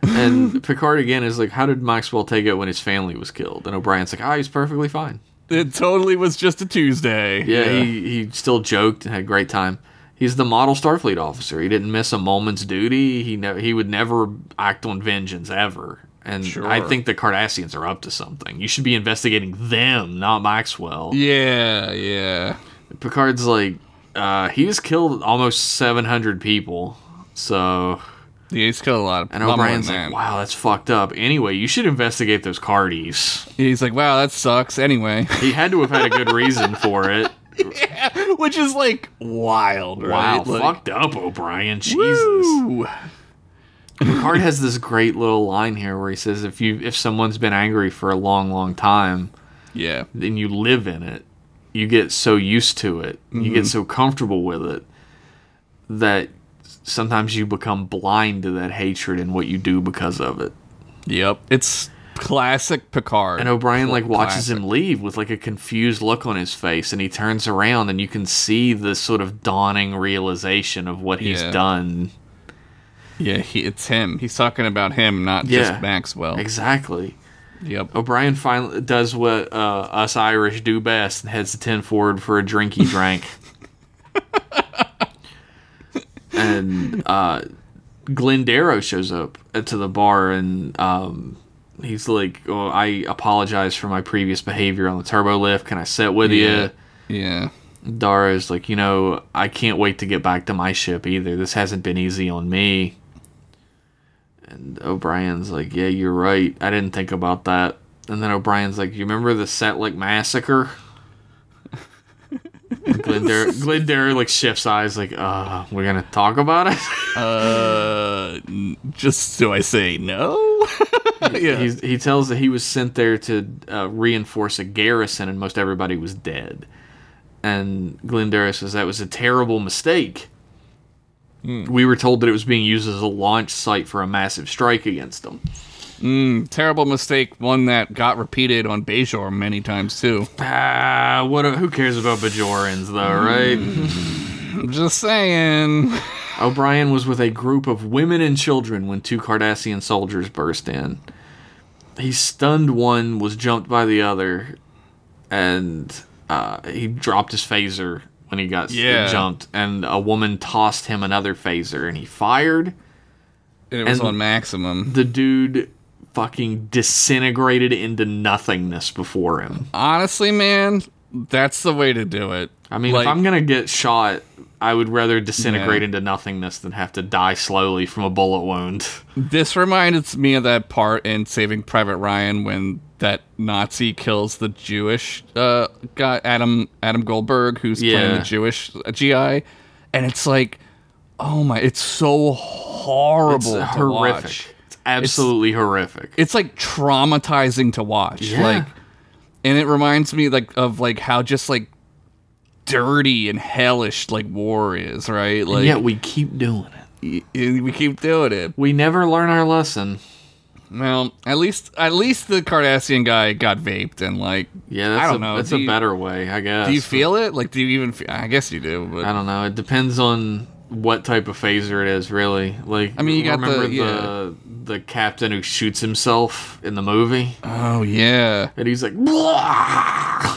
Speaker 1: and Picard again is like, "How did Maxwell take it when his family was killed?" And O'Brien's like, "Ah, he's perfectly fine."
Speaker 2: It totally was just a Tuesday.
Speaker 1: Yeah, He, he still joked and had a great time. He's the model Starfleet officer. He didn't miss a moment's duty. He ne- he would never act on vengeance ever. And I
Speaker 2: Sure.
Speaker 1: think the Cardassians are up to something. You should be investigating them, not Maxwell.
Speaker 2: Yeah, yeah.
Speaker 1: Picard's like, uh, he's killed almost 700 people. So,
Speaker 2: Yeah, he's killed a lot of
Speaker 1: and
Speaker 2: lot more
Speaker 1: O'Brien's
Speaker 2: than
Speaker 1: like,
Speaker 2: that.
Speaker 1: wow, that's fucked up. Anyway, you should investigate those Cardis.
Speaker 2: He's like, wow, that sucks. Anyway,
Speaker 1: He had to have had a good reason for it.
Speaker 2: which is like wild, right?
Speaker 1: Wow,
Speaker 2: Like,
Speaker 1: fucked up, O'Brien. Jesus.
Speaker 2: woo.
Speaker 1: Picard has this great little line here where he says, "If you if someone's been angry for a long, long time,
Speaker 2: Yeah,
Speaker 1: then you live in it. You get so used to it. You
Speaker 2: Mm-hmm.
Speaker 1: get so comfortable with it that sometimes you become blind to that hatred and what you do because of it."
Speaker 2: yep. It's classic Picard.
Speaker 1: And O'Brien like watches
Speaker 2: Classic.
Speaker 1: him leave with like a confused look on his face, and he turns around and you can see the sort of dawning realization of what he's
Speaker 2: Yeah.
Speaker 1: done.
Speaker 2: Yeah, he, it's him. He's talking about him, not
Speaker 1: Yeah. oh,
Speaker 2: just Maxwell.
Speaker 1: Exactly.
Speaker 2: Yep.
Speaker 1: O'Brien finally does what uh, us Irish do best and heads to 10 forward for a drink he drank. and uh, Glenn Darrow shows up at- to the bar and um, he's like, oh, I apologize for my previous behavior on the turbo lift. Can I sit with
Speaker 2: Yeah.
Speaker 1: you?
Speaker 2: Yeah.
Speaker 1: Darrow's like, you know, I can't wait to get back to my ship either. This hasn't been easy on me. And O'Brien's like, yeah, you're right. I didn't think about that. And then O'Brien's like, you remember the Setlick massacre? And Glendare, Glendare like shifts eyes, like, uh, we're gonna talk about it.
Speaker 2: Uh, n- just do I say no? yeah.
Speaker 1: He's, he tells that he was sent there to uh, reinforce a garrison, and most everybody was dead. And Glendarrow says that was a terrible mistake. We were told that it was being used as a launch site for a massive strike against them.
Speaker 2: Terrible mistake. One that got repeated on Bejor many times too.
Speaker 1: Ah, what? A, who cares about Bajorans, though, right?
Speaker 2: I'm just saying.
Speaker 1: O'Brien was with a group of women and children when two Cardassian soldiers burst in. He stunned one, was jumped by the other, and uh, he dropped his phaser when he got s-
Speaker 2: Yeah.
Speaker 1: jumped. And a woman tossed him another phaser, and he fired.
Speaker 2: And it was
Speaker 1: And-
Speaker 2: on maximum.
Speaker 1: The dude fucking disintegrated into nothingness before him.
Speaker 2: Honestly, man, that's the way to do it.
Speaker 1: I mean,
Speaker 2: Like-
Speaker 1: if I'm gonna get shot, I would rather disintegrate
Speaker 2: Yeah.
Speaker 1: into nothingness than have to die slowly from a bullet wound.
Speaker 2: This reminds me of that part in Saving Private Ryan when that Nazi kills the Jewish uh, guy, Adam Adam Goldberg, who's playing
Speaker 1: Yeah.
Speaker 2: the Jewish uh, GI, and it's like, oh my, it's so horrible,
Speaker 1: It's
Speaker 2: to
Speaker 1: horrific.
Speaker 2: watch.
Speaker 1: It's absolutely horrific.
Speaker 2: It's like traumatizing to watch,
Speaker 1: Yeah.
Speaker 2: like, and it reminds me like of like how just like dirty and hellish like war is, right? Like,
Speaker 1: Yet we keep doing it.
Speaker 2: y- y- we keep doing it,
Speaker 1: We never learn our lesson.
Speaker 2: Well, at least at least the Cardassian guy got vaped and like
Speaker 1: Yeah, that's
Speaker 2: I don't
Speaker 1: a,
Speaker 2: know.
Speaker 1: That's
Speaker 2: do
Speaker 1: a
Speaker 2: you-
Speaker 1: better way, I guess.
Speaker 2: Do you feel it? Like, do you even? Feel, I guess you do, but
Speaker 1: I don't know. It depends on what type of phaser it is, really. Like,
Speaker 2: I mean, you got the-
Speaker 1: remember
Speaker 2: yeah.
Speaker 1: the the captain who shoots himself in the movie,
Speaker 2: oh yeah.
Speaker 1: and he's like, "Blah!"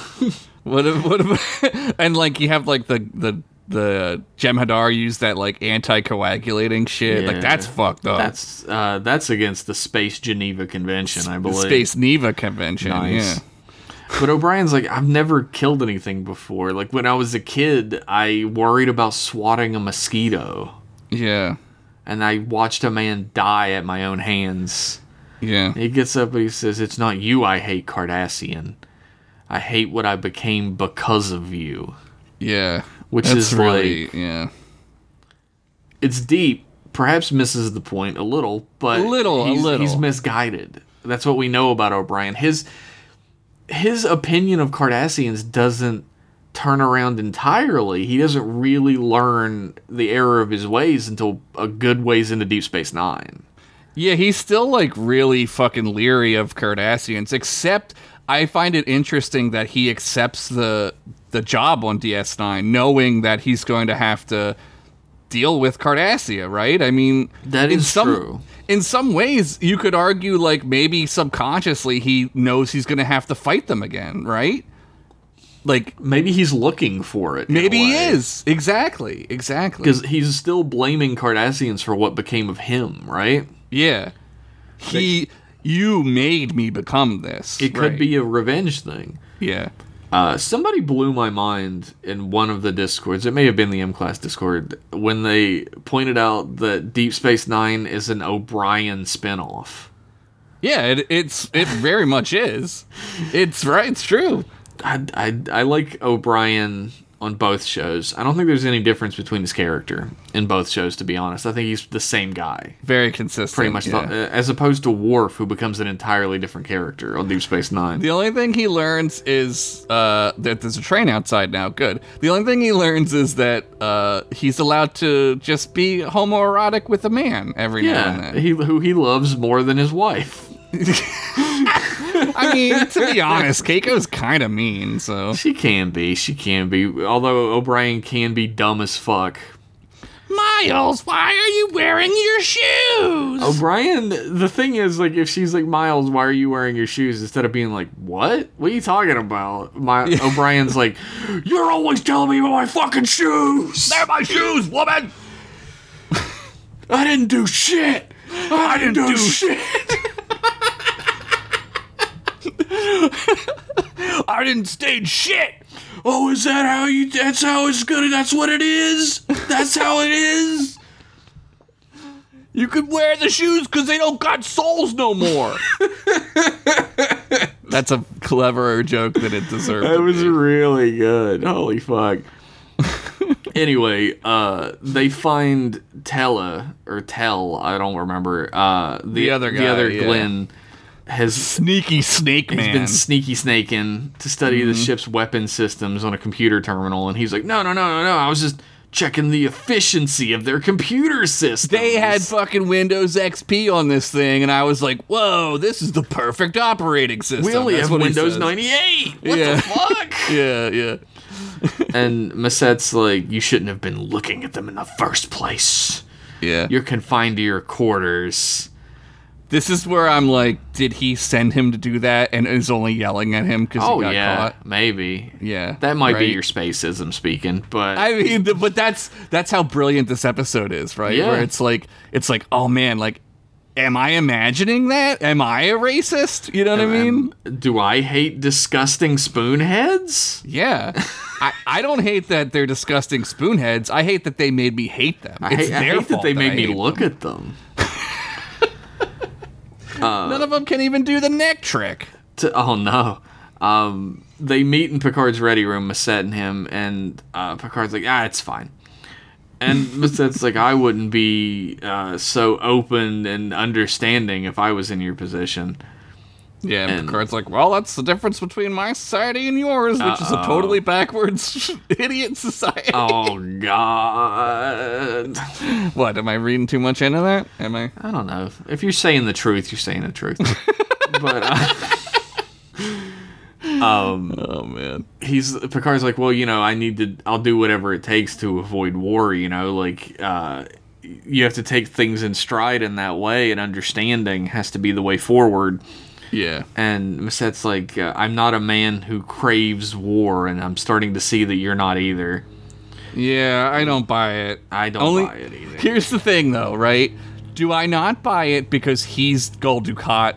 Speaker 2: What if, what if, and like you have like the the the Jem'Hadar use that like anti-coagulating shit.
Speaker 1: Yeah.
Speaker 2: Like that's fucked up.
Speaker 1: that's uh, that's against the Space Geneva Convention, I
Speaker 2: the
Speaker 1: believe.
Speaker 2: Space Neva convention.
Speaker 1: Nice.
Speaker 2: Yeah.
Speaker 1: But O'Brien's like, I've never killed anything before. Like when I was a kid, I worried about swatting a mosquito,
Speaker 2: Yeah.
Speaker 1: and I watched a man die at my own hands.
Speaker 2: Yeah.
Speaker 1: He gets up and he says, "It's not you I hate, Cardassian. I hate what I became because of you."
Speaker 2: Yeah.
Speaker 1: Which
Speaker 2: That's
Speaker 1: is
Speaker 2: really yeah.
Speaker 1: It's deep. Perhaps misses the point a little, but
Speaker 2: A little, a
Speaker 1: he's,
Speaker 2: little.
Speaker 1: he's misguided. That's what we know about O'Brien. His his opinion of Cardassians doesn't turn around entirely. He doesn't really learn the error of his ways until a good ways into Deep Space Nine.
Speaker 2: Yeah, he's still like really fucking leery of Cardassians. Except I find it interesting that he accepts the the job on DS9, knowing that he's going to have to deal with Cardassia, right? I mean,
Speaker 1: That
Speaker 2: in
Speaker 1: is
Speaker 2: some,
Speaker 1: true.
Speaker 2: In some ways, you could argue like maybe subconsciously he knows he's going to have to fight them again, right? Like
Speaker 1: Maybe he's looking for it. in a
Speaker 2: maybe he
Speaker 1: way.
Speaker 2: is exactly, exactly.
Speaker 1: because he's still blaming Cardassians for what became of him, right?
Speaker 2: yeah, he. You made me become this.
Speaker 1: It could
Speaker 2: right.
Speaker 1: be a revenge thing.
Speaker 2: Yeah.
Speaker 1: Uh, somebody blew my mind in one of the discords. It may have been the M Class Discord when they pointed out that Deep Space Nine is an O'Brien spinoff.
Speaker 2: Yeah, it, it's it very much is. It's right. It's true.
Speaker 1: I, I, I like O'Brien on both shows. I don't think there's any difference between his character in both shows, to be honest. I think he's the same guy,
Speaker 2: Very consistent.
Speaker 1: pretty much,
Speaker 2: yeah.
Speaker 1: the- uh, as opposed to Worf, who becomes an entirely different character on Deep Space Nine.
Speaker 2: The only thing he learns is uh, that there's a train outside now. Good. The only thing he learns is that uh, he's allowed to just be homoerotic with a man every now
Speaker 1: yeah,
Speaker 2: and then.
Speaker 1: he, who he loves more than his wife.
Speaker 2: I mean, to be honest, Keiko's kind of mean. So
Speaker 1: She can be, she can be. Although O'Brien can be dumb as fuck.
Speaker 2: Miles, why are you wearing your shoes?
Speaker 1: O'Brien, the thing is, like, if she's like Miles, why are you wearing your shoes? Instead of being like, "What? What are you talking about?" My O'Brien's like, "You're always telling me about my fucking shoes. They're my shoes, woman. I didn't do shit. I, didn't, do, shit. I didn't stage shit. Oh, is that how you? That's how it's gonna. That's what it is. That's how it is."
Speaker 2: You could wear the shoes because they don't got soles no more. That's a cleverer joke than it deserved.
Speaker 1: That
Speaker 2: to
Speaker 1: was
Speaker 2: be.
Speaker 1: really good. Holy fuck. anyway, uh, they find Tella or Tell, I don't remember. Uh, the,
Speaker 2: other
Speaker 1: the
Speaker 2: guy,
Speaker 1: other
Speaker 2: yeah.
Speaker 1: Glenn, has
Speaker 2: sneaky snake man. Mm-hmm.
Speaker 1: been sneaky snaking to study the ship's weapon systems on a computer terminal, and he's like, no, no, no, no, no. I was just checking the efficiency of their computer systems.
Speaker 2: They had fucking Windows XP on this thing, and I was like, "Whoa, this is the perfect operating system."
Speaker 1: we only
Speaker 2: That's
Speaker 1: have
Speaker 2: what he
Speaker 1: Windows
Speaker 2: says.
Speaker 1: 98. What
Speaker 2: Yeah.
Speaker 1: the fuck?
Speaker 2: Yeah, yeah.
Speaker 1: and Massette's like, you shouldn't have been looking at them in the first place.
Speaker 2: Yeah.
Speaker 1: you're confined to your quarters.
Speaker 2: this is where I'm like, did he send him to do that and is only yelling at him because
Speaker 1: Oh
Speaker 2: he got
Speaker 1: yeah,
Speaker 2: caught?
Speaker 1: maybe.
Speaker 2: Yeah.
Speaker 1: that might be
Speaker 2: right?
Speaker 1: your spacism speaking, but
Speaker 2: I mean, th- but that's that's how brilliant this episode is, right?
Speaker 1: Yeah.
Speaker 2: Where it's like it's like, oh man, like, am I imagining that? Am I a racist? You know what I mean?
Speaker 1: do I hate disgusting spoonheads?
Speaker 2: yeah. I, I don't hate that they're disgusting spoonheads. I hate that they made me hate them.
Speaker 1: I
Speaker 2: it's
Speaker 1: hate,
Speaker 2: their
Speaker 1: I hate that
Speaker 2: fault
Speaker 1: they
Speaker 2: I
Speaker 1: made me
Speaker 2: hate
Speaker 1: look at them.
Speaker 2: None of them can even do the neck trick.
Speaker 1: To, oh no. Um, they meet in Picard's ready room, Masset and him, and uh, Picard's like, ah, it's fine. And Massette's like, I wouldn't be uh, so open and understanding if I was in your position.
Speaker 2: Yeah,
Speaker 1: And-
Speaker 2: and Picard's like, well, that's the difference between my society and yours, which is a totally backwards idiot society.
Speaker 1: Oh God.
Speaker 2: What, am I reading too much into that? Am I?
Speaker 1: I don't know. If you're saying the truth, you're saying the truth. but uh,
Speaker 2: Oh, man.
Speaker 1: he's Picard's like, well, you know, I need to. I'll do whatever it takes to avoid war. You know, like uh, you have to take things in stride in that way, and understanding has to be the way forward.
Speaker 2: Yeah.
Speaker 1: And Massette's like, uh, I'm not a man who craves war, and I'm starting to see that you're not either.
Speaker 2: Yeah, I don't buy it.
Speaker 1: I don't buy it either.
Speaker 2: Here's the thing, though, right? Do I not buy it because he's Gul Dukat,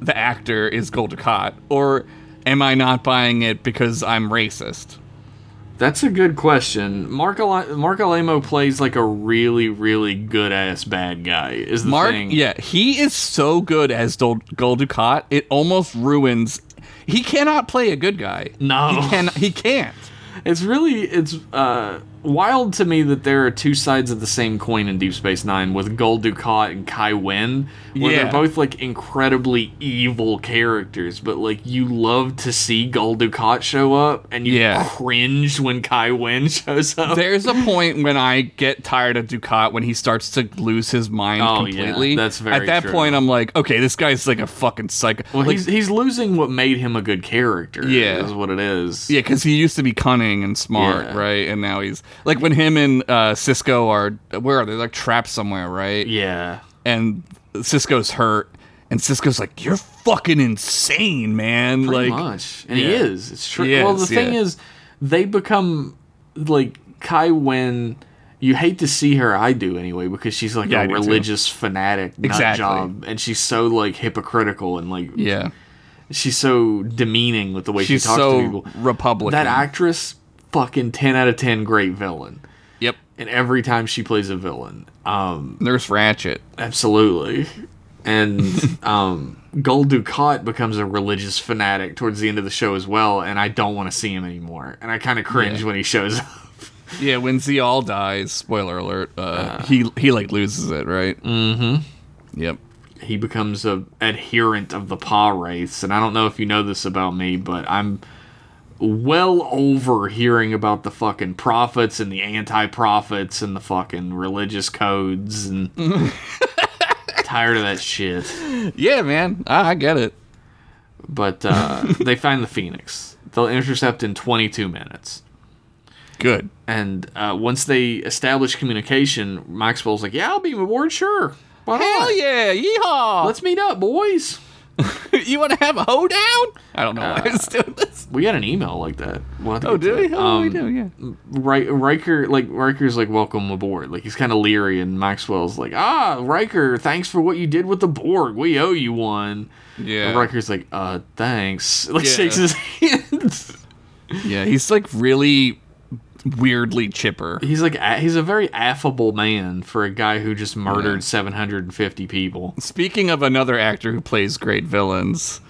Speaker 2: the actor is Gul Dukat, or am I not buying it because I'm racist?
Speaker 1: That's a good question. Mark Al- Mark Alamo plays like a really, really good ass bad guy. Is the
Speaker 2: Mark,
Speaker 1: thing?
Speaker 2: yeah, he is so good as Dol- Gul Dukat, it almost ruins. He cannot play a good guy.
Speaker 1: No.
Speaker 2: he can. He can't.
Speaker 1: It's really it's uh, wild to me that there are two sides of the same coin in Deep Space Nine with Gul Dukat and Kai Wen, where
Speaker 2: Yeah.
Speaker 1: they're both like incredibly evil characters, but like you love to see Gul Dukat show up and you
Speaker 2: Yeah.
Speaker 1: cringe when Kai Wen shows up.
Speaker 2: There's a point when I get tired of Ducat when he starts to lose his mind
Speaker 1: Oh, yeah,
Speaker 2: completely.
Speaker 1: that's very
Speaker 2: At that
Speaker 1: true.
Speaker 2: point, I'm like, okay, this guy's like a fucking psycho.
Speaker 1: well,
Speaker 2: like,
Speaker 1: he's he's losing what made him a good character.
Speaker 2: Yeah.
Speaker 1: is what it is.
Speaker 2: Yeah, because he used to be cunning and smart,
Speaker 1: Yeah.
Speaker 2: right? And now he's like when him and uh, Cisco are where are they? Like trapped somewhere, right?
Speaker 1: yeah.
Speaker 2: And Cisco's hurt, and Cisco's like, "You're fucking insane, man!"
Speaker 1: pretty
Speaker 2: like,
Speaker 1: much, and he
Speaker 2: yeah.
Speaker 1: is. It's true.
Speaker 2: He
Speaker 1: well, the
Speaker 2: is,
Speaker 1: thing
Speaker 2: yeah.
Speaker 1: is, they become like Kai Wen. You hate to see her. I do anyway because she's like
Speaker 2: Yeah, I
Speaker 1: a
Speaker 2: do too.
Speaker 1: religious fanatic nut
Speaker 2: Exactly.
Speaker 1: job, and she's so like hypocritical and like
Speaker 2: yeah,
Speaker 1: She's so demeaning with the way
Speaker 2: She's
Speaker 1: she talks to
Speaker 2: so
Speaker 1: people.
Speaker 2: Republican.
Speaker 1: That actress, fucking ten out of ten, great villain.
Speaker 2: Yep.
Speaker 1: And every time she plays a villain, um,
Speaker 2: Nurse Ratchet.
Speaker 1: absolutely. And um, Gold Ducat becomes a religious fanatic towards the end of the show as well, and I don't want to see him anymore. And I kind of cringe when he shows up.
Speaker 2: Yeah, when Zial dies, spoiler alert, uh, he he like loses it, right? Mm-hmm. Yep.
Speaker 1: he becomes a adherent of the paw race and i don't know if you know this about me but i'm well over hearing about the fucking prophets and the anti-prophets and the fucking religious codes and tired of that shit
Speaker 2: Yeah, man. I, I get it.
Speaker 1: but uh, they find the phoenix they'll intercept in 22 minutes
Speaker 2: Good.
Speaker 1: and uh, once they establish communication maxwell's like yeah i'll be aboard sure why
Speaker 2: Hell
Speaker 1: not?
Speaker 2: yeah! Yeehaw!
Speaker 1: let's meet up boys
Speaker 2: you want to have a hoedown? I don't know why I was doing this.
Speaker 1: we got an email like that We'll have to
Speaker 2: Oh,
Speaker 1: get to
Speaker 2: did
Speaker 1: it.
Speaker 2: we? Oh, we
Speaker 1: Um,
Speaker 2: do. Yeah.
Speaker 1: Ri- Riker, like Riker's like welcome aboard. Like he's kind of leery, and Maxwell's like, ah, Riker, thanks for what you did with the Borg. We owe you one.
Speaker 2: Yeah.
Speaker 1: And Riker's like, uh, thanks. Like
Speaker 2: Yeah.
Speaker 1: shakes his hand.
Speaker 2: Yeah, he's like really weirdly chipper.
Speaker 1: he's like, a- he's a very affable man for a guy who just murdered 750 people.
Speaker 2: Speaking of another actor who plays great villains,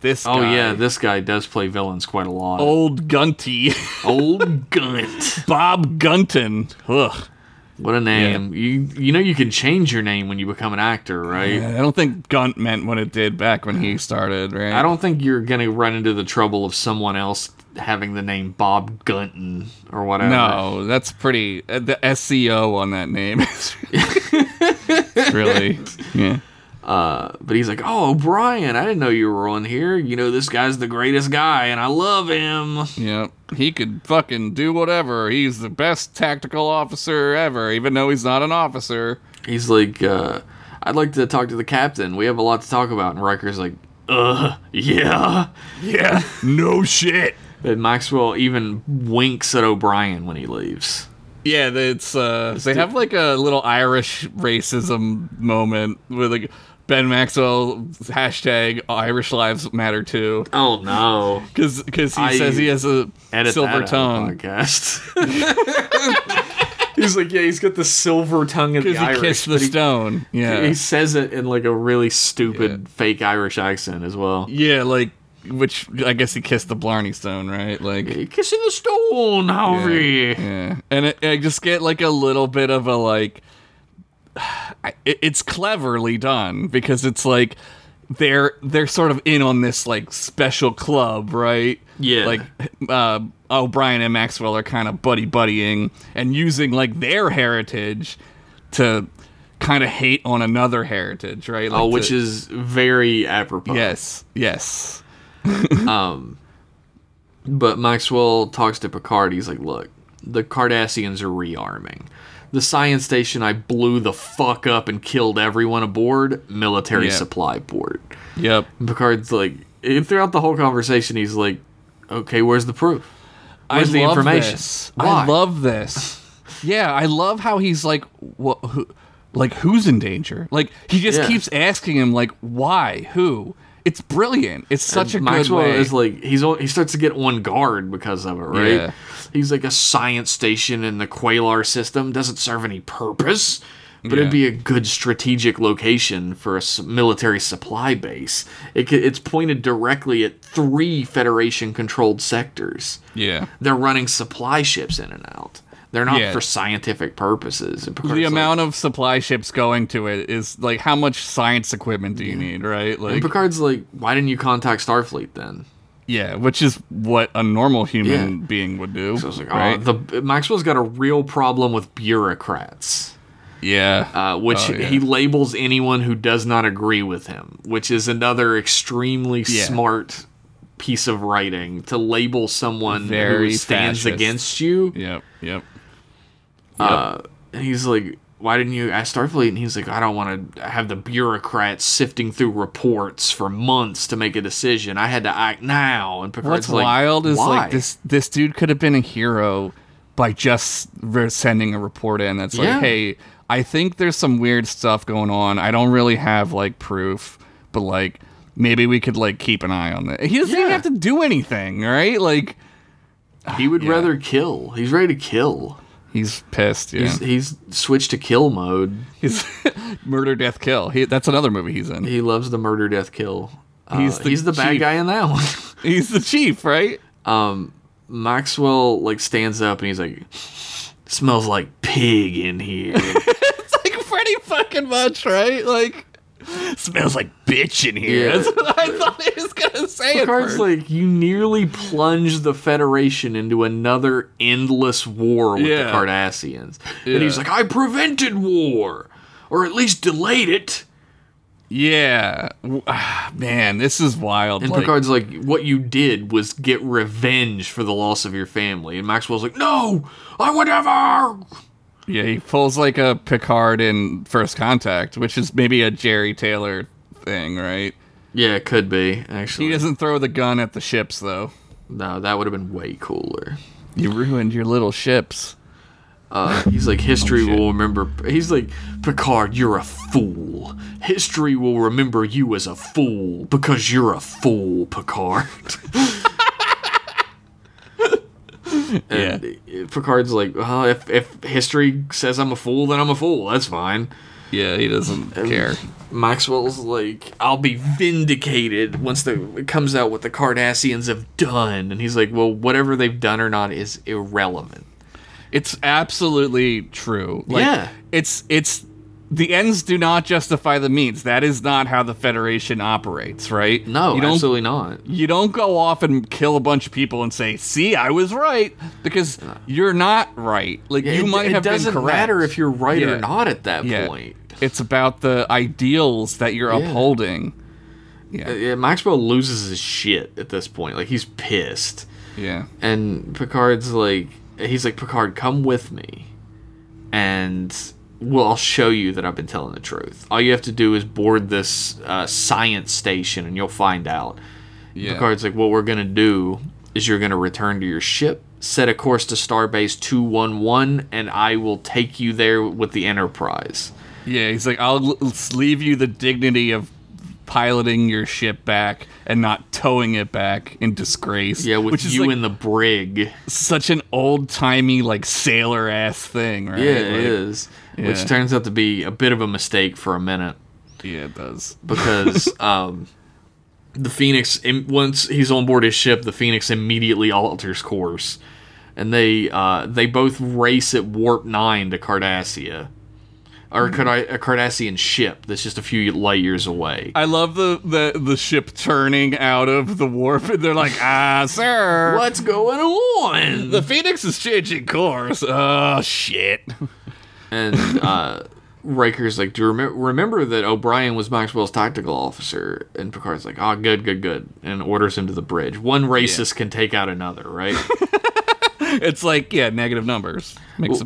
Speaker 2: this
Speaker 1: Oh
Speaker 2: guy,
Speaker 1: yeah, this guy does play villains quite a lot.
Speaker 2: old Gunty,
Speaker 1: Old Gunt.
Speaker 2: Bob Gunton. Ugh.
Speaker 1: What a name. You you know you can change your name when you become an actor, right?
Speaker 2: I don't think Gunt meant what it did back when he started, right?
Speaker 1: I don't think you're gonna run into the trouble of someone else having the name Bob Gunton or whatever.
Speaker 2: No, that's pretty. Uh, the SEO on that name is really, yeah.
Speaker 1: But he's like, Oh O'Brien, I didn't know you were on here. You know, this guy's the greatest guy and I love him.
Speaker 2: Yeah, he could fucking do whatever. He's the best tactical officer ever, even though he's not an officer.
Speaker 1: He's like, uh, I'd like to talk to the captain. We have a lot to talk about and Riker's like, Uh, yeah.
Speaker 2: Yeah, no shit.
Speaker 1: But Maxwell even winks at O'Brien when he leaves.
Speaker 2: Yeah, it's uh, they have like a little Irish racism moment with like Ben Maxwell hashtag Irish Lives Matter too,
Speaker 1: Oh no.
Speaker 2: because because he
Speaker 1: I
Speaker 2: says he has a
Speaker 1: Edit
Speaker 2: silver
Speaker 1: that out of the
Speaker 2: tongue.
Speaker 1: Podcast. he's like, Yeah, he's got the silver tongue of the
Speaker 2: Because he
Speaker 1: Irish.
Speaker 2: kissed the
Speaker 1: but he-
Speaker 2: stone. Yeah.
Speaker 1: He says it in like a really stupid
Speaker 2: Yeah.
Speaker 1: fake Irish accent as well.
Speaker 2: Yeah, like which I guess he kissed the Blarney Stone, right? Like
Speaker 1: Kissing the stone, Harvey.
Speaker 2: yeah, and it, I just get like a little bit of a like. I- It, it's cleverly done because it's like they're they're sort of in on this like special club, right?
Speaker 1: Yeah.
Speaker 2: Like uh, O'Brien and Maxwell are kind of buddy buddying and using like their heritage to kind of hate on another heritage, right? Like
Speaker 1: Oh, which
Speaker 2: to-
Speaker 1: is very apropos.
Speaker 2: yes, yes,
Speaker 1: But Maxwell talks to Picard. He's like, look, the Cardassians are rearming. The science station I blew the fuck up and killed everyone aboard, military
Speaker 2: Yeah.
Speaker 1: supply port.
Speaker 2: yep.
Speaker 1: And Picard's like, throughout the whole conversation, he's like, okay, where's the proof? Where's the
Speaker 2: love
Speaker 1: information?
Speaker 2: this.
Speaker 1: Why?
Speaker 2: I love this. Yeah, I love how he's like, what, who, like who's in danger? Like he just
Speaker 1: Yeah.
Speaker 2: keeps asking him, like, why, who? It's brilliant. It's such a
Speaker 1: Maxwell
Speaker 2: good way.
Speaker 1: is like he's on, he starts to get on guard because of it, right?
Speaker 2: Yeah.
Speaker 1: He's like a science station in the Qualar system doesn't serve any purpose, but
Speaker 2: Yeah.
Speaker 1: it'd be a good strategic location for a s- military supply base. It, c- it's pointed directly at three Federation-controlled sectors.
Speaker 2: yeah,
Speaker 1: They're running supply ships in and out. They're not
Speaker 2: Yeah.
Speaker 1: for scientific purposes. And Picard's
Speaker 2: the
Speaker 1: like-
Speaker 2: amount of supply ships going to it is like how much science equipment do you need, right? Like,
Speaker 1: and Picard's like, why didn't you contact Starfleet then?
Speaker 2: yeah, which is what a normal human
Speaker 1: Yeah.
Speaker 2: being would do.
Speaker 1: I was like,
Speaker 2: right?
Speaker 1: oh, the Maxwell's got a real problem with bureaucrats.
Speaker 2: yeah,
Speaker 1: uh, which
Speaker 2: Oh, yeah.
Speaker 1: he labels anyone who does not agree with him, which is another extremely
Speaker 2: Yeah.
Speaker 1: smart piece of writing to label someone
Speaker 2: Very
Speaker 1: who stands
Speaker 2: fascist.
Speaker 1: against you.
Speaker 2: yep, yep.
Speaker 1: And he's like, "Why didn't you ask Starfleet?" And he's like, "I don't want to have the bureaucrats sifting through reports for months to make a decision. I had to act now." And Picard's
Speaker 2: What's
Speaker 1: like,
Speaker 2: wild is
Speaker 1: "Why?"
Speaker 2: like this this dude could have been a hero by just re- sending a report in that's like,
Speaker 1: Yeah.
Speaker 2: hey, I think there's some weird stuff going on. I don't really have like proof, but like maybe we could like keep an eye on that. He doesn't even
Speaker 1: Yeah.
Speaker 2: have to do anything, right? Like
Speaker 1: He would
Speaker 2: Yeah.
Speaker 1: rather kill. He's ready to kill.
Speaker 2: he's pissed. Yeah,
Speaker 1: He's, he's switched to kill mode.
Speaker 2: he's, murder, death, kill. He, that's another movie he's in.
Speaker 1: He loves the murder, death, kill. Uh,
Speaker 2: He's
Speaker 1: he's
Speaker 2: the
Speaker 1: the, bad
Speaker 2: chief.
Speaker 1: guy in that one.
Speaker 2: He's the chief, right?
Speaker 1: Maxwell like stands up and he's like, "Smells like pig in here."
Speaker 2: It's like pretty fucking much, right? Like smells like bitch in here.
Speaker 1: Yeah.
Speaker 2: That's what I thought he was gonna say. At
Speaker 1: Picard's
Speaker 2: first.
Speaker 1: like, "You nearly plunged the Federation into another endless war with
Speaker 2: Yeah.
Speaker 1: the Cardassians,"
Speaker 2: Yeah.
Speaker 1: and he's like, "I prevented war, or at least delayed it."
Speaker 2: yeah, W- ah, man, this is wild.
Speaker 1: And
Speaker 2: like-
Speaker 1: Picard's like, "What you did was get revenge for the loss of your family," and Maxwell's like, "No, I would never."
Speaker 2: Yeah, he pulls like a Picard in First Contact, which is maybe a Jerry Taylor thing, right?
Speaker 1: Yeah, it could be
Speaker 2: He
Speaker 1: actually.
Speaker 2: doesn't throw the gun at the ships, though.
Speaker 1: no, that would have been way cooler.
Speaker 2: You ruined your little ships.
Speaker 1: He's like, history
Speaker 2: Oh, shit.
Speaker 1: will remember. He's like, Picard, you're a fool. History will remember you as a fool because you're a fool, Picard.
Speaker 2: Yeah.
Speaker 1: And Picard's like, well, if, if history says I'm a fool, then I'm a fool. That's fine.
Speaker 2: Yeah, he doesn't care.
Speaker 1: Maxwell's like, I'll be vindicated once the, it comes out what the Cardassians have done. And he's like, well, whatever they've done or not is irrelevant.
Speaker 2: It's absolutely true. Like,
Speaker 1: Yeah.
Speaker 2: It's it's the ends do not justify the means. That is not how the Federation operates, right?
Speaker 1: No,
Speaker 2: you don't
Speaker 1: absolutely not.
Speaker 2: you don't go off and kill a bunch of people and say, "See, I was right," because you're not right. Like you
Speaker 1: it,
Speaker 2: might
Speaker 1: it
Speaker 2: have
Speaker 1: doesn't
Speaker 2: been correct.
Speaker 1: matter if you're right
Speaker 2: Yeah.
Speaker 1: or not at that
Speaker 2: yeah.
Speaker 1: point.
Speaker 2: It's about the ideals that you're
Speaker 1: Yeah.
Speaker 2: upholding. Yeah.
Speaker 1: Yeah, Maxwell loses his shit at this point. Like he's pissed,
Speaker 2: Yeah.
Speaker 1: and Picard's like, he's like, Picard, come with me, and well, I'll show you that I've been telling the truth. All you have to do is board this uh, science station, and you'll find out.
Speaker 2: Yeah.
Speaker 1: Picard's like, what we're gonna do is you're gonna return to your ship, set a course to Starbase two one one, and I will take you there with the Enterprise.
Speaker 2: Yeah, he's like, I'll l- leave you the dignity of piloting your ship back and not towing it back in disgrace.
Speaker 1: Yeah, with
Speaker 2: which is
Speaker 1: you
Speaker 2: like
Speaker 1: in the brig.
Speaker 2: such an old timey like sailor ass thing, right?
Speaker 1: Yeah, it
Speaker 2: Like,
Speaker 1: is.
Speaker 2: yeah.
Speaker 1: Which turns out to be a bit of a mistake for a minute
Speaker 2: Yeah, it does.
Speaker 1: because um, the Phoenix, im- once he's on board his ship, the Phoenix immediately alters course, and they uh, they both race at warp nine to Cardassia, or Card- a Cardassian ship that's just a few light years away.
Speaker 2: I love the, the the ship turning out of the warp, and they're like, ah, sir.
Speaker 1: What's going on?
Speaker 2: The Phoenix is changing course. Oh shit!
Speaker 1: And uh, Riker's like, "Do you remember, remember that O'Brien was Maxwell's tactical officer?" And Picard's like, "Ah, good, good, good," and orders him to the bridge. One racist can take out another, right?
Speaker 2: It's like yeah, negative numbers makes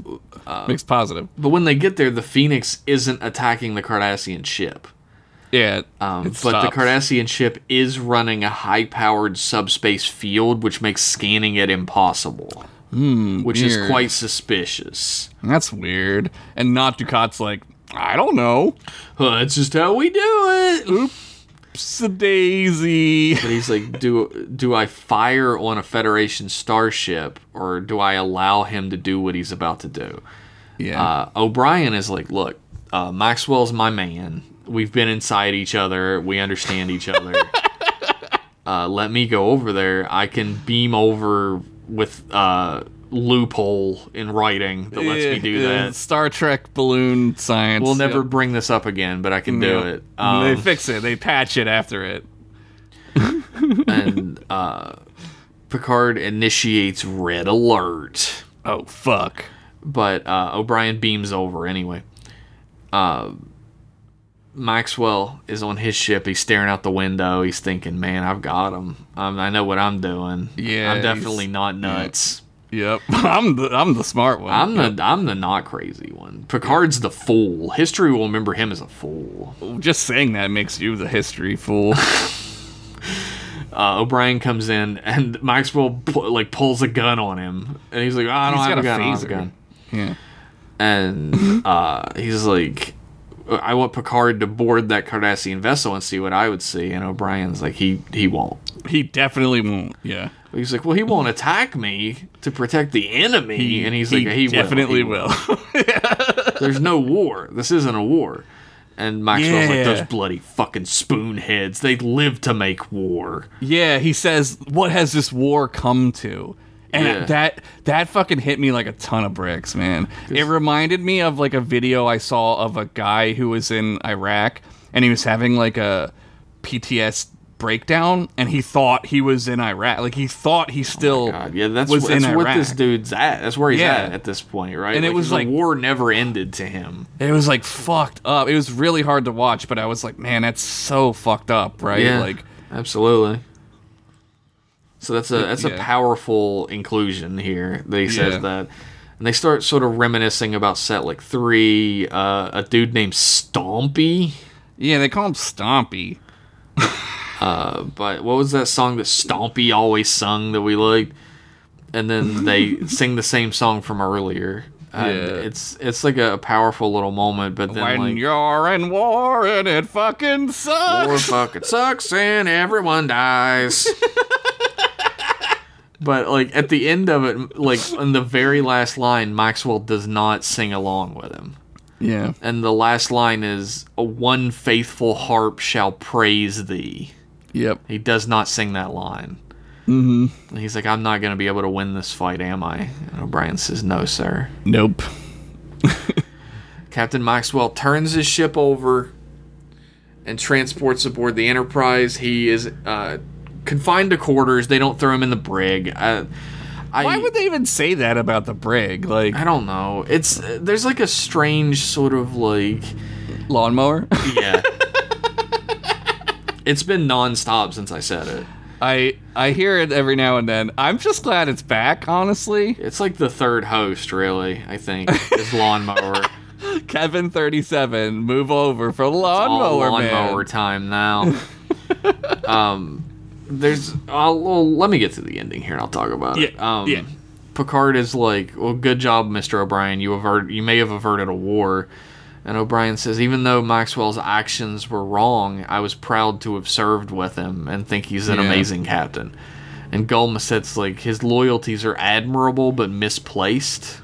Speaker 2: uh, makes positive.
Speaker 1: but when they get there, the Phoenix isn't attacking the Cardassian ship.
Speaker 2: Yeah,
Speaker 1: Um,
Speaker 2: it
Speaker 1: but
Speaker 2: stops.
Speaker 1: the Cardassian ship is running a high-powered subspace field, which makes scanning it impossible. which is
Speaker 2: Hmm, weird.
Speaker 1: quite suspicious.
Speaker 2: That's weird. And not Ducat's like, I don't know.
Speaker 1: Huh, that's just how we do it.
Speaker 2: It's a daisy.
Speaker 1: But he's like, do do I fire on a Federation starship or do I allow him to do what he's about to do?
Speaker 2: Yeah.
Speaker 1: Uh, O'Brien is like, look, uh, Maxwell's my man. We've been inside each other. We understand each other. uh, let me go over there. I can beam over with uh, loophole in writing that lets me do
Speaker 2: Yeah, yeah,
Speaker 1: that.
Speaker 2: eh, Star Trek balloon science.
Speaker 1: We'll never
Speaker 2: Yep.
Speaker 1: bring this up again, but I can
Speaker 2: Yeah.
Speaker 1: do it.
Speaker 2: they
Speaker 1: Um,
Speaker 2: fix it. They patch it after it.
Speaker 1: and uh, Picard initiates red alert.
Speaker 2: Oh fuck.
Speaker 1: but uh, O'Brien beams over anyway. Uh, Maxwell is on his ship. He's staring out the window. He's thinking, "Man, I've got him. Um, I know what I'm doing.
Speaker 2: Yeah,
Speaker 1: I'm
Speaker 2: he's-
Speaker 1: definitely not nuts.
Speaker 2: Yep. I'm the I'm the smart one.
Speaker 1: I'm the I'm the not crazy one. Picard's the fool. History will remember him as a fool."
Speaker 2: just saying that makes you the history fool.
Speaker 1: Uh, O'Brien comes in and Maxwell pu- like pulls a gun on him, and he's like, "Oh, "I don't
Speaker 2: He's
Speaker 1: have
Speaker 2: got
Speaker 1: a
Speaker 2: a
Speaker 1: gun. I don't have a
Speaker 2: phaser.
Speaker 1: gun."
Speaker 2: yeah.
Speaker 1: and uh, he's like, I want Picard to board that Cardassian vessel and see what I would see. And O'Brien's like, he he won't.
Speaker 2: He definitely won't. Yeah.
Speaker 1: He's like, well, he won't attack me to protect the enemy. and he's like, he will. He
Speaker 2: definitely will.
Speaker 1: There's no war. This isn't a war. And Maxwell's
Speaker 2: Yeah.
Speaker 1: like, those bloody fucking spoonheads. They live to make war.
Speaker 2: yeah, he says, "What has this war come to?" And
Speaker 1: Yeah.
Speaker 2: that that fucking hit me like a ton of bricks, man. It reminded me of like a video I saw of a guy who was in Iraq and he was having like a PTS breakdown and he thought he was in Iraq. Like he thought he still
Speaker 1: Oh God, yeah, that's,
Speaker 2: was
Speaker 1: wh- that's
Speaker 2: in
Speaker 1: what
Speaker 2: Iraq.
Speaker 1: this dude's at. That's where he's
Speaker 2: Yeah.
Speaker 1: at at this point, right?
Speaker 2: And it was
Speaker 1: the
Speaker 2: like-
Speaker 1: war never ended to him.
Speaker 2: It was like fucked up. It was really hard to watch, but I was like, man, that's so fucked up, right?
Speaker 1: Yeah,
Speaker 2: Like
Speaker 1: absolutely. So that's a that's a
Speaker 2: yeah.
Speaker 1: powerful inclusion here. They says
Speaker 2: Yeah.
Speaker 1: that, and they start sort of reminiscing about Setlick Three, uh, a dude named Stompy.
Speaker 2: Yeah, they call him Stompy.
Speaker 1: But what was that song that Stompy always sung that we liked? And then they sing the same song from earlier. And
Speaker 2: Yeah.
Speaker 1: it's it's like a powerful little moment, but then
Speaker 2: When
Speaker 1: like,
Speaker 2: you're in war and it fucking
Speaker 1: War
Speaker 2: sucks.
Speaker 1: fucking sucks and everyone dies. but like at the end of it, like in the very last line, Maxwell does not sing along with him.
Speaker 2: Yeah.
Speaker 1: And the last line is a one faithful harp shall praise thee.
Speaker 2: Yep.
Speaker 1: He does not sing that line. Mm-hmm. And he's like, I'm not gonna be able to win this fight, am I? And O'Brien says, No, sir.
Speaker 2: Nope.
Speaker 1: Captain Maxwell turns his ship over and transports aboard the Enterprise. He is uh, confined to quarters. They don't throw him in the brig. I, I,
Speaker 2: Why would they even say that about the brig? Like
Speaker 1: I don't know. It's there's like a strange sort of like
Speaker 2: lawnmower?
Speaker 1: yeah. it's been nonstop since I said it.
Speaker 2: I I hear it every now and then. I'm just glad it's back, honestly.
Speaker 1: It's like the third host, really. I think is lawnmower.
Speaker 2: Kevin 37, move over for lawnmower,
Speaker 1: all lawnmower
Speaker 2: man.
Speaker 1: time now. um, there's. I'll, well, let me get to the ending here, and I'll talk about it.
Speaker 2: Yeah,
Speaker 1: Um,
Speaker 2: yeah.
Speaker 1: Picard is like, "Well, good job, Mister O'Brien. You avert. You may have averted a war." And O'Brien says, "Even though Maxwell's actions were wrong, I was proud to have served with him and think he's an
Speaker 2: Yeah.
Speaker 1: amazing captain." And Golmaset's like, "His loyalties are admirable but misplaced."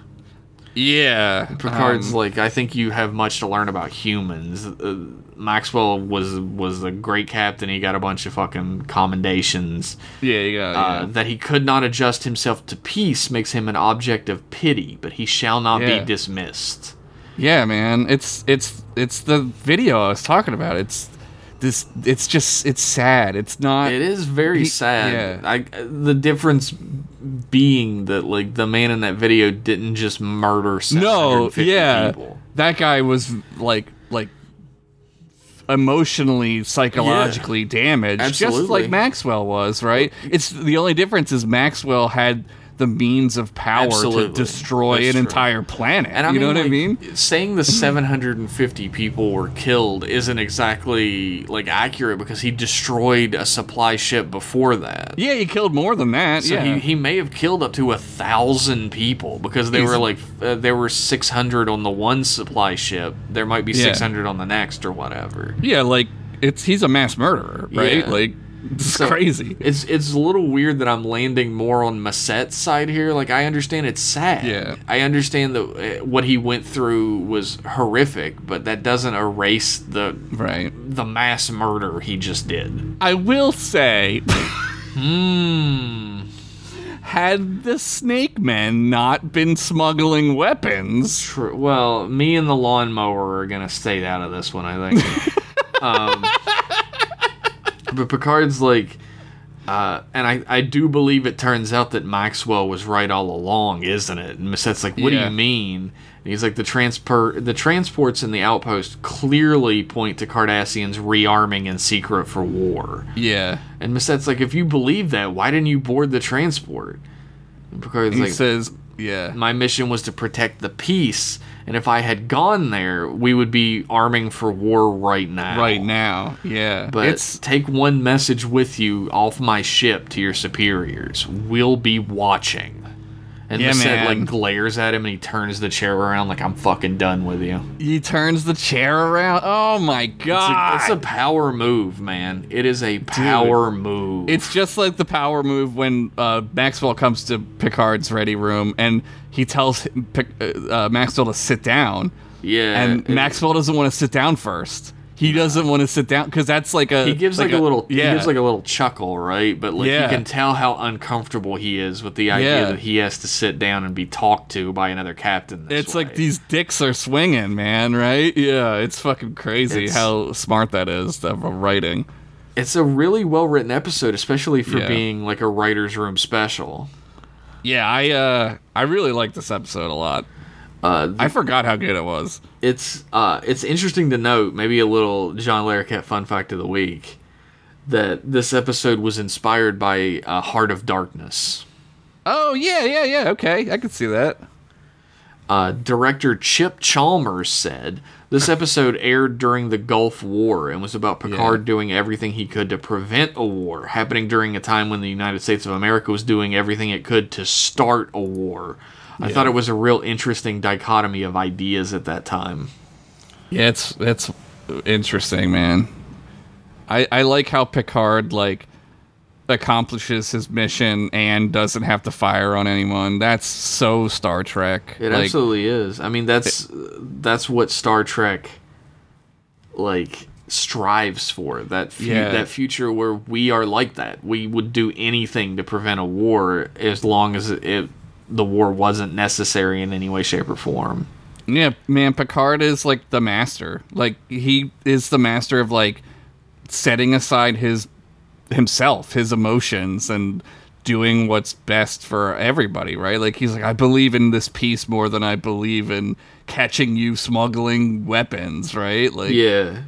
Speaker 2: Yeah.
Speaker 1: Picard's like, I think you have much to learn about humans. Uh, Maxwell was was a great captain. He got a bunch of fucking commendations.
Speaker 2: Yeah, you got
Speaker 1: Uh,
Speaker 2: yeah.
Speaker 1: that he could not adjust himself to peace makes him an object of pity, but he shall not
Speaker 2: Yeah.
Speaker 1: be dismissed.
Speaker 2: Yeah, man. It's it's it's the video I was talking about. It's this it's just it's sad. It's not
Speaker 1: It is very
Speaker 2: He-
Speaker 1: sad.
Speaker 2: yeah.
Speaker 1: I, the difference being that like the man in that video didn't just murder
Speaker 2: No,
Speaker 1: 750
Speaker 2: yeah.
Speaker 1: people.
Speaker 2: That guy was like like emotionally psychologically damaged just
Speaker 1: Absolutely.
Speaker 2: like Maxwell was, right? It's the only difference is Maxwell had the means of power
Speaker 1: Absolutely.
Speaker 2: to destroy
Speaker 1: That's
Speaker 2: an
Speaker 1: true.
Speaker 2: entire planet.
Speaker 1: And I mean,
Speaker 2: you know what I
Speaker 1: like,
Speaker 2: mean?
Speaker 1: Saying the 750 people were killed isn't exactly like accurate because he destroyed a supply ship before that.
Speaker 2: Yeah, he killed more than that.
Speaker 1: So
Speaker 2: yeah.
Speaker 1: he, he may have killed up to a thousand people because they
Speaker 2: He's-
Speaker 1: were like f- uh, there were 600 on the one supply ship. There might be
Speaker 2: Yeah.
Speaker 1: 600 on the next or whatever.
Speaker 2: yeah, like it's he's a mass murderer, right?
Speaker 1: Yeah.
Speaker 2: Like it's
Speaker 1: So,
Speaker 2: crazy.
Speaker 1: It's it's a little weird that I'm landing more on Massette's side here. Like I understand it's sad.
Speaker 2: Yeah.
Speaker 1: I understand that uh, what he went through was horrific, but that doesn't erase the
Speaker 2: Right.
Speaker 1: the mass murder he just did.
Speaker 2: I will say. Hmm. Had the snake men not been smuggling weapons,
Speaker 1: True. Well, me and the lawnmower are gonna stay out of this one, I think. um, but Picard's like, uh, and I, I do believe it turns out that Maxwell was right all along, isn't it? And Massette's like, what do
Speaker 2: Yeah.
Speaker 1: you mean? And he's like, the transfer, the transports in the outpost clearly point to Cardassians rearming in secret for war.
Speaker 2: yeah,
Speaker 1: And Massette's like, if you believe that, why didn't you board the transport? And Picard's
Speaker 2: he
Speaker 1: like,
Speaker 2: says, yeah,
Speaker 1: my mission was to protect the peace and if i had gone there we would be arming for war right now
Speaker 2: right now, yeah,
Speaker 1: but
Speaker 2: it's
Speaker 1: take one message with you off my ship to your superiors we'll be watching and And
Speaker 2: Yeah,
Speaker 1: Lisette
Speaker 2: man.
Speaker 1: like glares at him and he turns the chair around like I'm fucking done with you.
Speaker 2: He turns the chair around. Oh my
Speaker 1: It's a,
Speaker 2: god.
Speaker 1: it's a power move, man. It is a power move.
Speaker 2: It's just like the power move when uh, Maxwell comes to Picard's ready room and he tells him, Pic- uh, uh, Maxwell to sit down,
Speaker 1: yeah.
Speaker 2: and
Speaker 1: it-
Speaker 2: Maxwell doesn't want to sit down first. He doesn't want to sit down because that's like a
Speaker 1: he gives like, a, little
Speaker 2: yeah
Speaker 1: he gives like a little chuckle, right? But like
Speaker 2: Yeah.
Speaker 1: you can tell how uncomfortable he is with the idea
Speaker 2: Yeah.
Speaker 1: that he has to sit down and be talked to by another captain. this
Speaker 2: it's like
Speaker 1: way.
Speaker 2: these dicks are swinging, man. Right? Yeah, it's fucking crazy
Speaker 1: It's-
Speaker 2: how smart that is of a writing.
Speaker 1: It's a really well written episode, especially for
Speaker 2: Yeah.
Speaker 1: being like a writer's room special.
Speaker 2: Yeah, I uh, I really like this episode a lot.
Speaker 1: Uh,
Speaker 2: I forgot how good it was.
Speaker 1: it's uh, it's interesting to note, maybe a little John Larroquette fun fact of the week, that this episode was inspired by uh, Heart of Darkness.
Speaker 2: Oh yeah, yeah, yeah. Okay, I can see that.
Speaker 1: Uh, director Chip Chalmers said this episode aired during the Gulf War and was about Picard doing everything he could to prevent a war happening during a time when the United States of America was doing everything it could to start a war. I thought it was a real interesting dichotomy of ideas at that time.
Speaker 2: Yeah, it's it's interesting, man. I I like how Picard like accomplishes his mission and doesn't have to fire on anyone. That's so Star Trek.
Speaker 1: It
Speaker 2: like,
Speaker 1: absolutely is. I mean, that's that's what Star Trek like strives for. That fu-
Speaker 2: Yeah.
Speaker 1: that future where we are like that. We would do anything to prevent a war as long as it, it the war wasn't necessary in any way, shape, or form.
Speaker 2: Yeah, man, Picard is like the master. Like he is the master of like setting aside his himself, his emotions and doing what's best for everybody, right? Like he's like I believe in this peace more than I believe in catching you smuggling weapons, right? Like
Speaker 1: Yeah.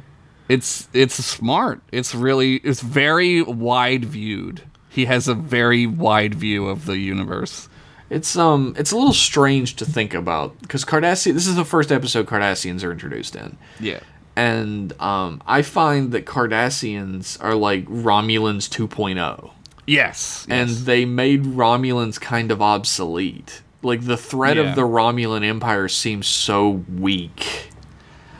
Speaker 2: it's it's smart. It's really it's very wide viewed. He has a very wide view of the universe.
Speaker 1: It's um, it's a little strange to think about because Cardassian. This is the first episode Cardassians are introduced in.
Speaker 2: Yeah.
Speaker 1: And um, I find that Cardassians are like Romulans oh. 2.0.
Speaker 2: Yes.
Speaker 1: and
Speaker 2: yes.
Speaker 1: they made Romulans kind of obsolete. Like the threat
Speaker 2: Yeah.
Speaker 1: of the Romulan Empire seems so weak.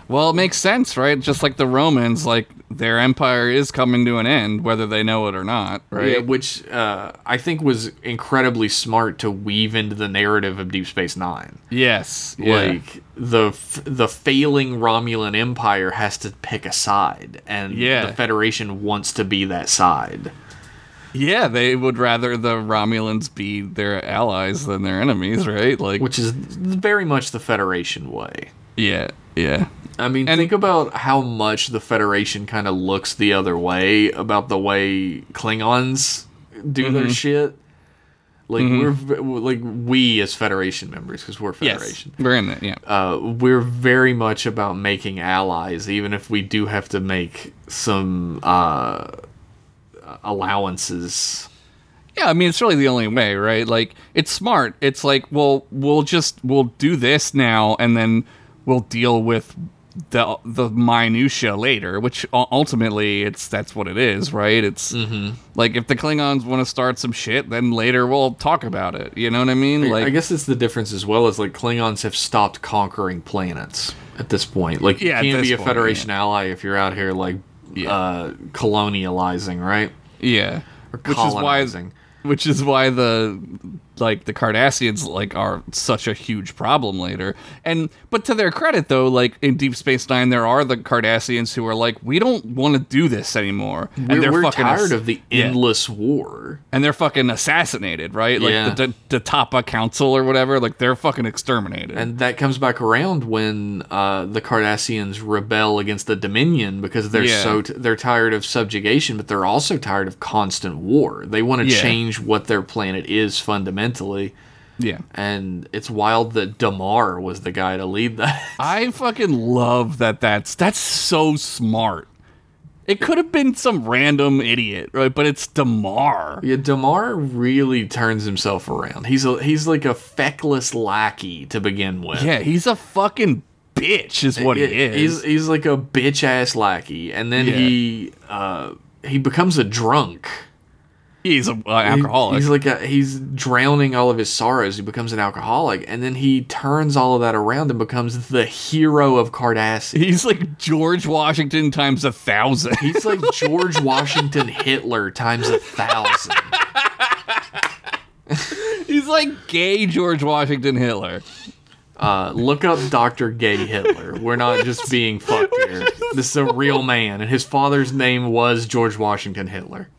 Speaker 2: Well, it makes sense, right? Just like the Romans, like their empire is coming to an end, whether they know it or not,
Speaker 1: Yeah,
Speaker 2: right?
Speaker 1: which uh, I think was incredibly smart to weave into the narrative of Deep Space Nine.
Speaker 2: yes. yeah.
Speaker 1: Like the f- the failing Romulan Empire has to pick a side, and
Speaker 2: Yeah.
Speaker 1: the Federation wants to be that side.
Speaker 2: yeah, they would rather the Romulans be their allies than their enemies, right? Like,
Speaker 1: Which is very much the Federation way.
Speaker 2: yeah, yeah.
Speaker 1: I mean,
Speaker 2: And-
Speaker 1: think about how much the Federation kind of looks the other way about the way Klingons do
Speaker 2: Mm-hmm.
Speaker 1: their shit. Like we're v- like we as Federation members, because we're Federation,
Speaker 2: Yes, we're in it. Yeah,
Speaker 1: uh, we're very much about making allies, even if we do have to make some uh, allowances.
Speaker 2: yeah. I mean, it's really the only way, right? Like, it's smart. It's like, well, we'll just we'll do this now, and then we'll deal with the the minutia later. Which u- ultimately, it's that's what it is, right? It's
Speaker 1: Mm-hmm.
Speaker 2: Like if the Klingons want to start some shit, then later we'll talk about it. You know what I mean? Like
Speaker 1: I guess it's the difference as well as like Klingons have stopped conquering planets at this point. Like
Speaker 2: Yeah, at
Speaker 1: you can't
Speaker 2: this
Speaker 1: be a
Speaker 2: point,
Speaker 1: Federation ally if you're out here like
Speaker 2: Yeah.
Speaker 1: uh, colonializing, right?
Speaker 2: yeah, which is why
Speaker 1: colonizing.
Speaker 2: which is why the like the Cardassians like are such a huge problem later. And but to their credit though, like in Deep Space 9 there are the Cardassians who are like we don't want to do this anymore.
Speaker 1: We're,
Speaker 2: and they're
Speaker 1: we're
Speaker 2: fucking ass-
Speaker 1: tired of the
Speaker 2: Yeah.
Speaker 1: endless war.
Speaker 2: and they're fucking assassinated, right? Like
Speaker 1: Yeah.
Speaker 2: the, the, the Tapa Council or whatever, like they're fucking exterminated.
Speaker 1: And that comes back around when uh, the Cardassians rebel against the Dominion because they're
Speaker 2: Yeah.
Speaker 1: so t- they're tired of subjugation, but they're also tired of constant war. They want to
Speaker 2: Yeah.
Speaker 1: change what their planet is fundamentally,
Speaker 2: yeah.
Speaker 1: and it's wild that Damar was the guy to lead that.
Speaker 2: I fucking love that. That's that's so smart. It could have been some random idiot, right? But it's Damar.
Speaker 1: Yeah, Damar really turns himself around. He's a he's like a feckless lackey to begin with.
Speaker 2: Yeah, he's a fucking bitch, is what he
Speaker 1: Yeah,
Speaker 2: is.
Speaker 1: He's he's like a bitch ass lackey, and then
Speaker 2: Yeah.
Speaker 1: he uh he becomes a drunk.
Speaker 2: He's an
Speaker 1: He-
Speaker 2: alcoholic.
Speaker 1: He's like a, he's drowning all of his sorrows. He becomes an alcoholic, and then he turns all of that around and becomes the hero of Cardassian.
Speaker 2: He's like George Washington times a thousand.
Speaker 1: He's like George Washington Hitler times a thousand.
Speaker 2: He's like gay George Washington Hitler.
Speaker 1: Uh, look up Doctor Gay Hitler. We're not just being fucked here. This is a real man, and his father's name was George Washington Hitler.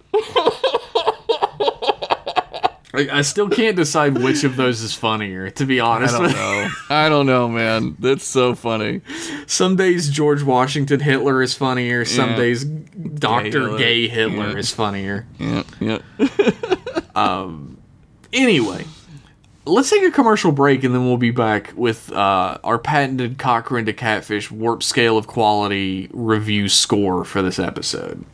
Speaker 1: Like, I still can't decide which of those is funnier, to be honest.
Speaker 2: I don't know. I don't know, man. That's so funny.
Speaker 1: Some days George Washington Hitler is funnier. Some
Speaker 2: Yeah.
Speaker 1: days Doctor
Speaker 2: Hitler.
Speaker 1: Gay Hitler
Speaker 2: Yeah.
Speaker 1: is funnier.
Speaker 2: Yeah, yeah.
Speaker 1: Anyway, let's take a commercial break and then we'll be back with uh, our patented Cochrane to Catfish warp scale of quality review score for this episode.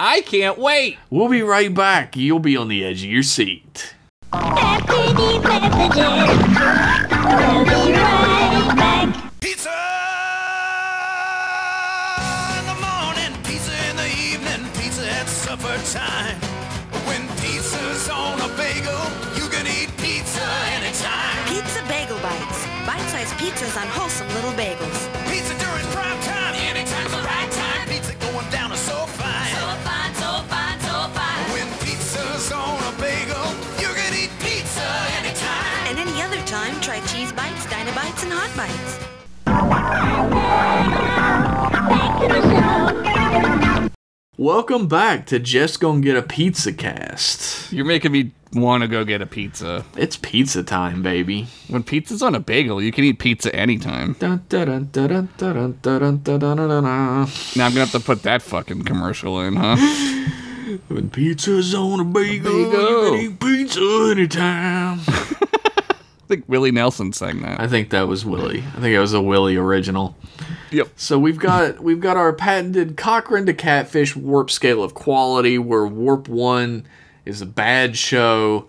Speaker 2: I can't wait.
Speaker 1: We'll be right back. You'll be on the edge of your seat.
Speaker 4: After these messages, we'll be right back.
Speaker 6: Pizza in the morning, pizza in the evening, pizza at supper time. When pizza's on a bagel, you can eat pizza anytime.
Speaker 7: Pizza Bagel Bites. Bite-sized pizzas on wholesome little bagels.
Speaker 6: Pizza during prime time, anytime's the right time. Pizza going down is so fine. So fine, so fine, so fine. When pizza's on a bagel, you can eat pizza anytime.
Speaker 7: And any other time, try Cheese Bites, Dynabites, and Hot Bites.
Speaker 1: Welcome back to Just Gonna Get a Pizza Cast.
Speaker 2: You're making me want to go get a pizza.
Speaker 1: It's pizza time, baby.
Speaker 2: When pizza's on a bagel, you can eat pizza anytime.
Speaker 1: Dun, dun, dun, dun, dun, dun, dun, dun, dun, dun, dun.
Speaker 2: Now I'm gonna have to put that fucking commercial in, huh?
Speaker 1: When pizza's on a bagel,
Speaker 2: Bagel.
Speaker 1: you can eat pizza anytime.
Speaker 2: I think Willie Nelson sang that.
Speaker 1: I think that was Willie. I think it was a Willie original.
Speaker 2: Yep.
Speaker 1: So we've got we've got our patented Cochrane to Catfish warp scale of quality, where warp one is a bad show,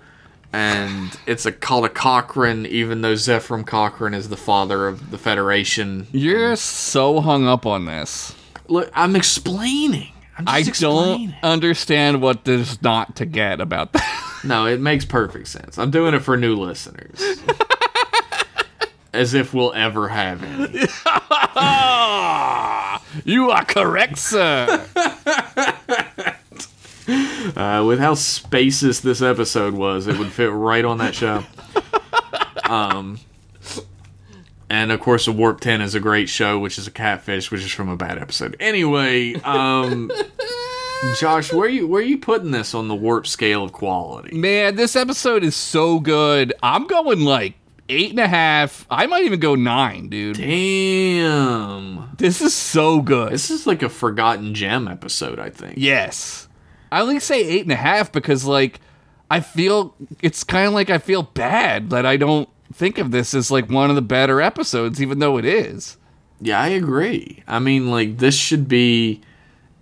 Speaker 1: and it's a called a Cochrane, even though Zephyr Cochrane is the father of the Federation.
Speaker 2: You're so hung up on this.
Speaker 1: Look, I'm explaining. I'm just
Speaker 2: I
Speaker 1: explaining.
Speaker 2: don't understand what there's not to get about that.
Speaker 1: No, it makes perfect sense. I'm doing it for new listeners. As if we'll ever have any.
Speaker 2: you are correct, sir.
Speaker 1: Uh, with how spacious this episode was, it would fit right on that show. Um, and of course, the Warp 10 is a great show, which is a catfish, which is from a bad episode. Anyway, um, Josh, where you where you putting this on the warp scale of quality?
Speaker 2: Man, this episode is so good. I'm going like eight and a half. I might even go nine, dude.
Speaker 1: Damn,
Speaker 2: This is so good.
Speaker 1: this is like a forgotten gem episode. I think.
Speaker 2: Yes. I only say eight and a half because, like, I feel it's kind of like I feel bad that I don't think of this as like one of the better episodes, even though it is.
Speaker 1: Yeah, I agree. I mean, like this should be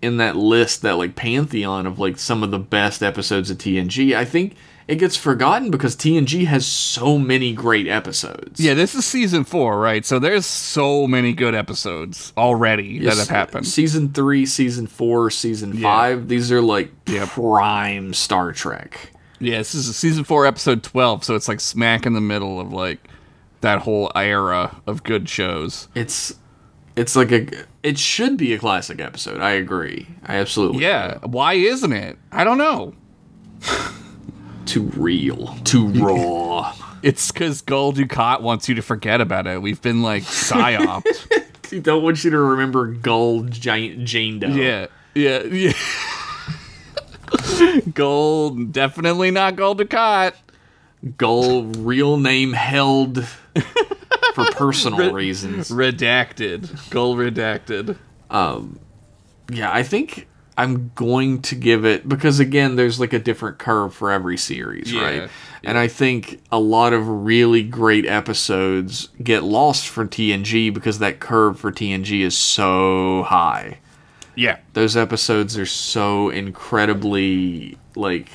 Speaker 1: in that list, that like pantheon of like some of the best episodes of TNG. I think it gets forgotten because TNG has so many great episodes.
Speaker 2: Yeah, this is season four, right? So there's so many good episodes already that have
Speaker 1: It's-
Speaker 2: happened.
Speaker 1: Season three, season four, season five. These are like
Speaker 2: Yeah.
Speaker 1: prime Star Trek.
Speaker 2: Yeah, this is season four, episode 12. So it's like smack in the middle of like that whole era of good shows.
Speaker 1: It's it's like a it should be a classic episode. I agree. I absolutely
Speaker 2: Yeah, why isn't it? I don't know.
Speaker 1: too real, too raw.
Speaker 2: It's because Gul Dukat wants you to forget about it. We've been like psyoped.
Speaker 1: They don't want you to remember Gold Giant Jane Doe.
Speaker 2: Yeah, yeah, yeah. gold, definitely not gold Ducat.
Speaker 1: Gull real name held for personal
Speaker 2: Re-
Speaker 1: reasons.
Speaker 2: Redacted, gold redacted.
Speaker 1: Yeah, I think I'm going to give it because again, there's like a different curve for every series,
Speaker 2: Yeah,
Speaker 1: right? And I think a lot of really great episodes get lost for TNG because that curve for TNG is so high.
Speaker 2: Yeah,
Speaker 1: Those episodes are so incredibly like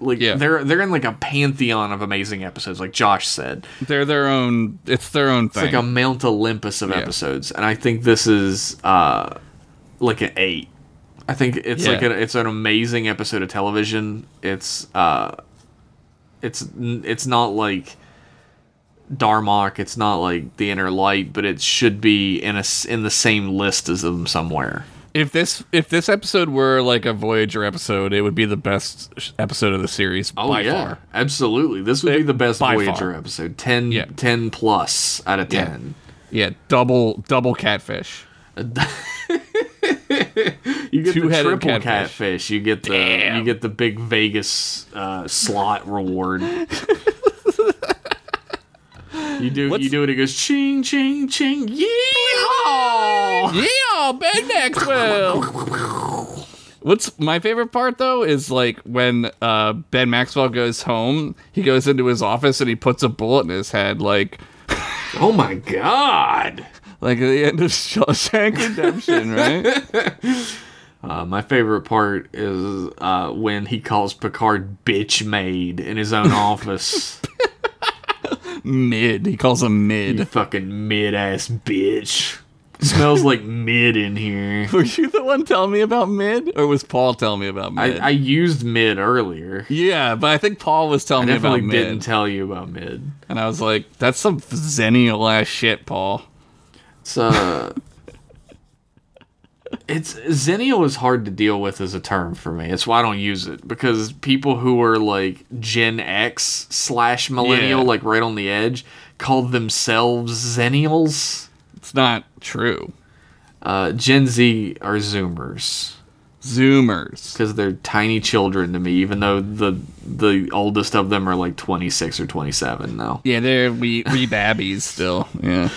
Speaker 1: like
Speaker 2: Yeah.
Speaker 1: they're they're in like a pantheon of amazing episodes, like Josh said.
Speaker 2: they're their own. It's their own thing.
Speaker 1: It's like a Mount Olympus of episodes, and I think this is uh, like an eight. I think it's
Speaker 2: Yeah.
Speaker 1: like a, it's an amazing episode of television. It's uh, it's n- it's not like Darmok. It's not like the Inner Light, but it should be in a s- in the same list as them somewhere.
Speaker 2: If this if this episode were like a Voyager episode, it would be the best sh- episode of the series
Speaker 1: Oh,
Speaker 2: by far.
Speaker 1: absolutely. This would be the best
Speaker 2: Oh, by
Speaker 1: Voyager
Speaker 2: far.
Speaker 1: episode. 10,
Speaker 2: Yeah.
Speaker 1: 10 plus out of
Speaker 2: Yeah.
Speaker 1: ten.
Speaker 2: Yeah, double double catfish.
Speaker 1: You get the
Speaker 2: Two-headed
Speaker 1: triple catfish.
Speaker 2: catfish.
Speaker 1: You get the you get the big Vegas uh, slot reward. you do you do it. It goes ching ching ching. Yeehaw!
Speaker 2: Yeah, Ben Maxwell. What's my favorite part though is like when uh, Ben Maxwell goes home, he goes into his office and he puts a bullet in his head, like
Speaker 1: Oh my god!
Speaker 2: like at the end of Shawshank Redemption, right?
Speaker 1: Uh, my favorite part is uh, when he calls Picard bitch made in his own office.
Speaker 2: mid, he calls him
Speaker 1: you
Speaker 2: mid.
Speaker 1: fucking mid ass bitch. Smells like mid in here.
Speaker 2: Were you the one telling me about mid, or was Paul telling me about
Speaker 1: I,
Speaker 2: mid?
Speaker 1: I used mid earlier.
Speaker 2: yeah, but I think Paul was telling
Speaker 1: I
Speaker 2: me about
Speaker 1: definitely
Speaker 2: mid,
Speaker 1: didn't tell you about mid.
Speaker 2: and I was like, "That's some zennial ass shit, Paul."
Speaker 1: It's uh It's Xennial is hard to deal with as a term for me. It's why I don't use it because people who are like Gen X slash millennial,
Speaker 2: Yeah.
Speaker 1: like right on the edge, call themselves Xennials.
Speaker 2: It's not true.
Speaker 1: Uh, Gen Z are Zoomers
Speaker 2: Zoomers.
Speaker 1: because they're tiny children to me, even though the the oldest of them are like twenty six or twenty seven now.
Speaker 2: Yeah, they're we we babbies still. Yeah.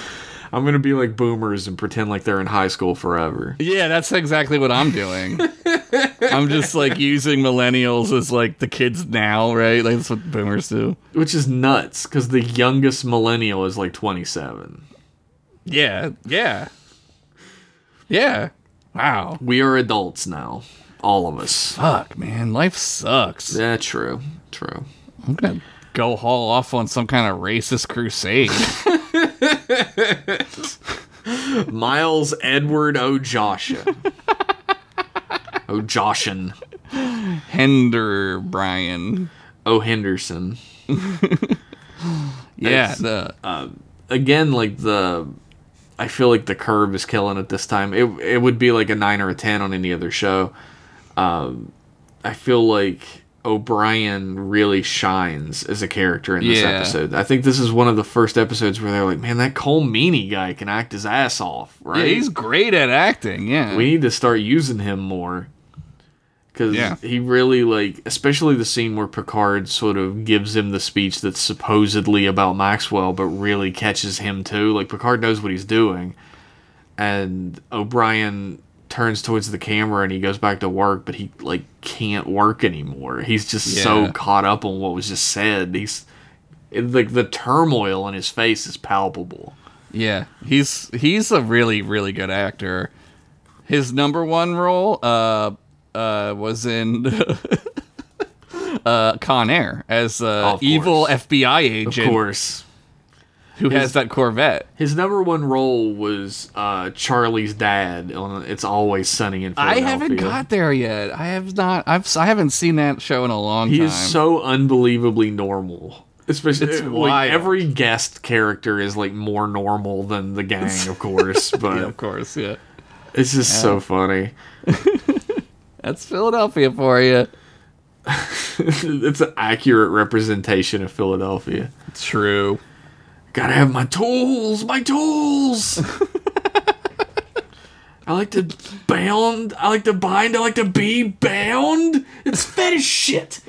Speaker 1: I'm gonna be like boomers and pretend like they're in high school forever.
Speaker 2: Yeah, that's exactly what I'm doing. I'm just like using millennials as like the kids now, right? Like that's what boomers do.
Speaker 1: Which is nuts because the youngest millennial is like 27.
Speaker 2: Yeah, yeah. Yeah. Wow.
Speaker 1: We are adults now. All of us.
Speaker 2: Fuck, man. Life sucks.
Speaker 1: Yeah, true. True.
Speaker 2: I'm gonna go haul off on some kind of racist crusade.
Speaker 1: Miles Edward O'Josha. O'Joshin.
Speaker 2: Hender Brian.
Speaker 1: O'Henderson.
Speaker 2: Yeah.
Speaker 1: It's-
Speaker 2: The,
Speaker 1: Again, like the. I feel like the curve is killing it this time. It, it would be like a 9 or a 10 on any other show. Um, I feel like O'Brien really shines as a character in this
Speaker 2: Yeah.
Speaker 1: episode. I think this is one of the first episodes where they're like, man, that Cole Meany guy can act his ass off, right?
Speaker 2: yeah, he's great at acting, yeah.
Speaker 1: we need to start using him more because
Speaker 2: Yeah.
Speaker 1: he really like especially the scene where picard sort of gives him the speech that's supposedly about maxwell but really catches him too like picard knows what he's doing and o'brien turns towards the camera and he goes back to work but he like can't work anymore he's just so
Speaker 2: Yeah.
Speaker 1: caught up on what was just said he's it, like the turmoil on his face is palpable
Speaker 2: Yeah, he's he's a really really good actor. His number one role uh uh was in uh Con Air as
Speaker 1: Of
Speaker 2: uh
Speaker 1: course.
Speaker 2: evil FBI
Speaker 1: of
Speaker 2: agent
Speaker 1: course
Speaker 2: who has that Corvette.
Speaker 1: His number one role was uh, Charlie's dad on "It's Always Sunny in
Speaker 2: I
Speaker 1: Philadelphia."
Speaker 2: haven't got there yet. I have not. I've s- I haven't seen that show in a long
Speaker 1: He
Speaker 2: time.
Speaker 1: is so unbelievably normal. Especially
Speaker 2: It's
Speaker 1: like,
Speaker 2: wild.
Speaker 1: every guest character is like more normal than the gang, of course. But
Speaker 2: yeah, of course, yeah.
Speaker 1: it's just so funny.
Speaker 2: That's Philadelphia for you.
Speaker 1: it's an accurate representation of Philadelphia.
Speaker 2: True.
Speaker 1: Gotta have my tools, my tools. I like to bound. I like to bind. I like to be bound. It's fetish shit.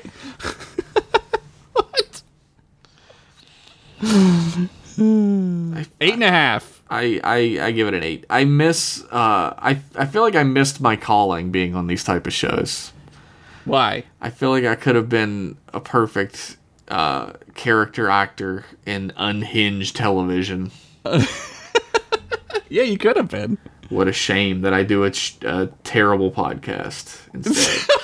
Speaker 2: Eight and a half.
Speaker 1: I, I, I give it an eight. I miss. Uh, I I feel like I missed my calling being on these type of shows.
Speaker 2: Why?
Speaker 1: I feel like I could have been a perfect uh, character actor in unhinged television.
Speaker 2: Yeah, you could have been.
Speaker 1: What a shame that I do a, sh- a terrible podcast instead.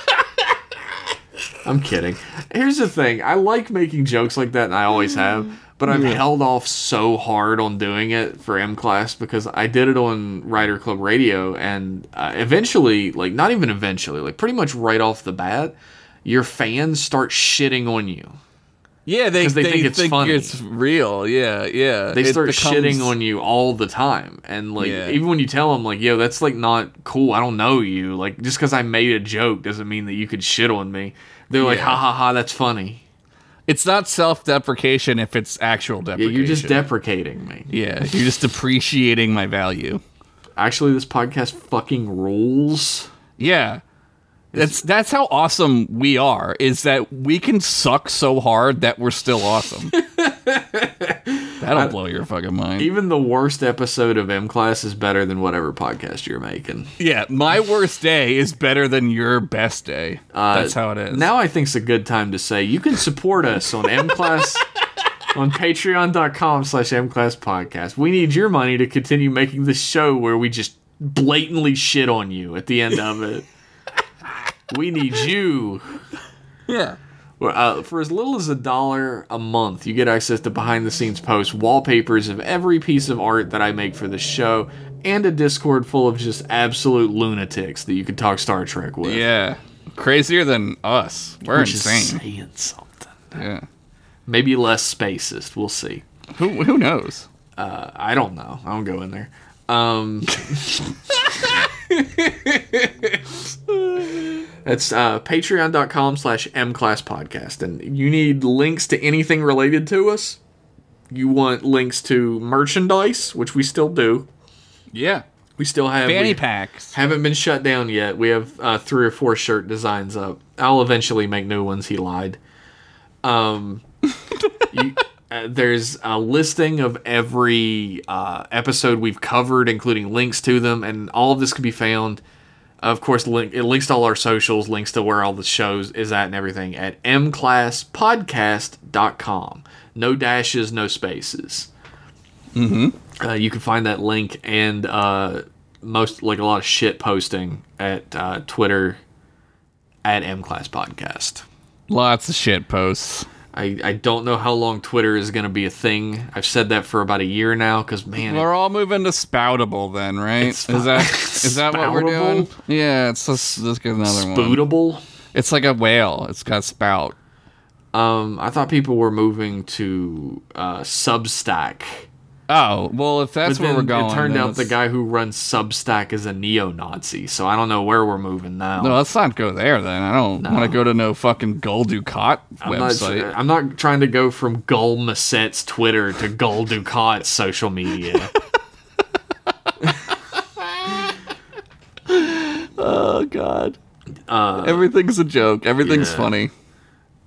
Speaker 1: I'm kidding. Here's the thing. I like making jokes like that, and I always have. But I've held off so hard on doing it for M class because I did it on Writer Club Radio, and uh, eventually, like not even eventually, like pretty much right off the bat, your fans start shitting on you.
Speaker 2: Yeah, they,
Speaker 1: 'Cause
Speaker 2: they, think, it's,
Speaker 1: funny.
Speaker 2: real. Yeah, yeah.
Speaker 1: They
Speaker 2: It
Speaker 1: start
Speaker 2: becomes-
Speaker 1: shitting on you all the time, and like
Speaker 2: Yeah.
Speaker 1: even when you tell them, like, "Yo, that's like not cool. I don't know you." Like just because I made a joke doesn't mean that you could shit on me. They're like,
Speaker 2: Yeah.
Speaker 1: "Ha ha ha, that's funny."
Speaker 2: It's not self-deprecation if it's actual
Speaker 1: Yeah,
Speaker 2: deprecation.
Speaker 1: you're just deprecating me.
Speaker 2: yeah, you're just appreciating my value.
Speaker 1: actually this podcast fucking rules.
Speaker 2: Yeah. That's that's how awesome we are. Is that we can suck so hard that we're still awesome. That'll blow your fucking mind.
Speaker 1: Even the worst episode of M Class is better than whatever podcast you're making.
Speaker 2: yeah, my worst day is better than your best day.
Speaker 1: Uh,
Speaker 2: that's how it is.
Speaker 1: Now I think's a good time to say you can support us on M Class on patreon.com slash M Class Podcast. We need your money to continue making this show where we just blatantly shit on you at the end of it. we need you.
Speaker 2: yeah.
Speaker 1: Well, Uh, for as little as a dollar a month, you get access to behind the scenes posts, wallpapers of every piece of art that I make for the show, and a Discord full of just absolute lunatics that you could talk Star Trek with.
Speaker 2: Yeah. Crazier than us. We're
Speaker 1: Which is
Speaker 2: insane.
Speaker 1: saying something.
Speaker 2: Yeah.
Speaker 1: Maybe less spacist. We'll see.
Speaker 2: Who who knows?
Speaker 1: I don't know. I don't go in there. Um, that's uh, patreon.com slash mclass podcast. And you need links to anything related to us. You want links to merchandise, which we still do.
Speaker 2: Yeah.
Speaker 1: We still have
Speaker 2: Fanny
Speaker 1: we
Speaker 2: packs.
Speaker 1: Haven't been shut down yet. We have uh, three or four shirt designs up. I'll eventually make new ones. He lied. Um, you, uh, there's a listing of every uh, episode we've covered, including links to them, and all of this can be found. Of course, link, it links to all our socials, links to where all the shows is at and everything at mclasspodcast.com. No dashes, no spaces. Uh, you can find that link and uh, most like a lot of shit posting at uh, Twitter at M Class Podcast.
Speaker 2: Lots of shit posts.
Speaker 1: I, I don't know how long Twitter is going to be a thing. I've said that for about a year now because man,
Speaker 2: We're all moving to spoutable then, right?
Speaker 1: It's
Speaker 2: is that is that what we're doing?
Speaker 1: Spoutable?
Speaker 2: Yeah, it's let's, let's get another
Speaker 1: it's
Speaker 2: one.
Speaker 1: spootable.
Speaker 2: It's like a whale. It's got spout.
Speaker 1: Um, I thought people were moving to uh, Substack.
Speaker 2: Oh well, if that's
Speaker 1: But
Speaker 2: where
Speaker 1: then
Speaker 2: we're going,
Speaker 1: it turned
Speaker 2: then
Speaker 1: out the
Speaker 2: let's-
Speaker 1: guy who runs Substack is a neo-Nazi, so I don't know where we're moving now.
Speaker 2: No, let's not go there then. I don't want to go to no fucking Gul Dukat
Speaker 1: I'm not,
Speaker 2: website.
Speaker 1: sure- I'm not trying to go from Gul Massette's Twitter to Gul Ducat's social media.
Speaker 2: Oh god. Everything's a joke. Everything's
Speaker 1: Uh, yeah.
Speaker 2: funny.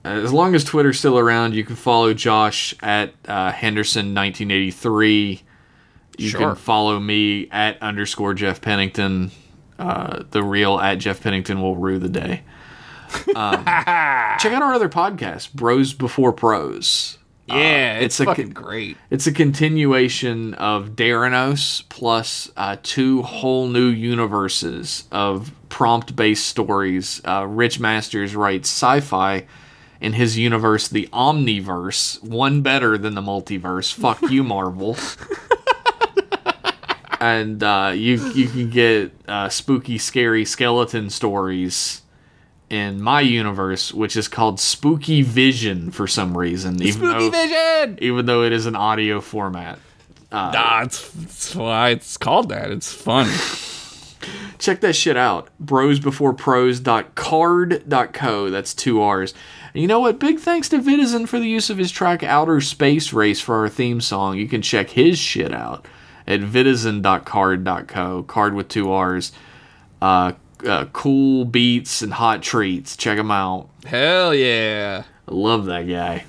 Speaker 1: As long as Twitter's still around, you can follow Josh at uh, Henderson1983. You
Speaker 2: Sure.
Speaker 1: can follow me at underscore Jeff Pennington. Uh, the real at Jeff Pennington will rue the day. Um, check out our other podcast, Bros Before Pros.
Speaker 2: Yeah,
Speaker 1: Uh, it's a con-
Speaker 2: great.
Speaker 1: It's a continuation of Daranos plus uh, two whole new universes of prompt based stories. Uh, Rich Masters writes sci fi in his universe, the Omniverse, one better than the multiverse. Fuck you, Marvel. and uh, you, you can get uh, spooky, scary skeleton stories. In my universe, which is called Spooky Vision for some reason, even though
Speaker 2: Spooky Vision.
Speaker 1: even though it is an audio format.
Speaker 2: Nah, it's, it's why it's called that. It's fun.
Speaker 1: Check that shit out. Brosbeforepros.card.co. That's two R's. And you know what? Big thanks to Vitizen for the use of his track Outer Space Race for our theme song. You can check his shit out at vitizen.card.co. Card with two R's. Uh, uh, cool beats and hot treats. Check him out.
Speaker 2: Hell yeah.
Speaker 1: I love that guy.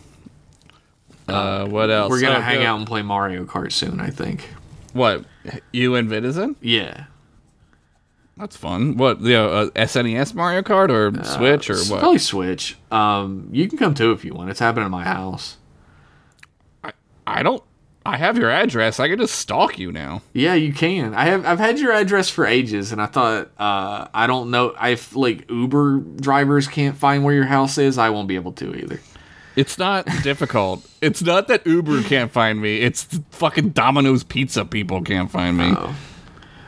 Speaker 2: Uh, what else?
Speaker 1: We're going to
Speaker 2: Oh,
Speaker 1: hang
Speaker 2: go-
Speaker 1: out and play Mario Kart soon, I think.
Speaker 2: What? You and Vitizen?
Speaker 1: Yeah.
Speaker 2: That's fun. What? The uh, SNES Mario Kart or Switch or
Speaker 1: Uh, S- oh.
Speaker 2: what?
Speaker 1: Probably Switch. Um, you can come too if you want. It's happening at my house.
Speaker 2: I don't. I have your address. I can just stalk you now.
Speaker 1: Yeah, you can. I have I've had your address for ages, and I thought uh, I don't know if like Uber drivers can't find where your house is. I won't be able to either.
Speaker 2: It's not difficult. It's not that Uber can't find me. It's the fucking Domino's Pizza people can't find me.
Speaker 1: Oh.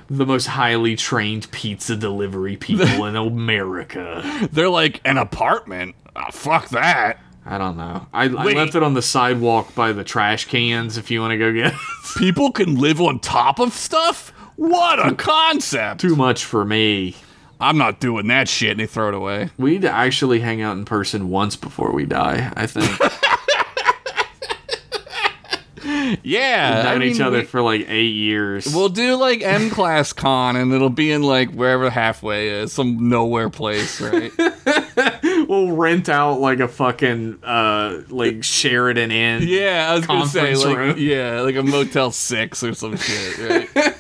Speaker 1: The most highly trained pizza delivery people in America.
Speaker 2: They're like an apartment. Ah, fuck that.
Speaker 1: I don't know. I, I
Speaker 2: Wait.
Speaker 1: left it on the sidewalk by the trash cans. If you want to go get it.
Speaker 2: People can live on top of stuff. What a concept.
Speaker 1: too much for me.
Speaker 2: I'm not doing that shit. And they throw it away.
Speaker 1: We'd actually hang out in person once before we die. I think
Speaker 2: Yeah,
Speaker 1: known
Speaker 2: I mean,
Speaker 1: each other
Speaker 2: we-
Speaker 1: for like eight years.
Speaker 2: We'll do like M class con, and it'll be in like wherever halfway is, some nowhere place, right?
Speaker 1: we'll rent out like a fucking uh like Sheridan Inn.
Speaker 2: yeah, I was gonna say
Speaker 1: Conference
Speaker 2: like
Speaker 1: room.
Speaker 2: yeah, like a Motel Six or some shit. Right?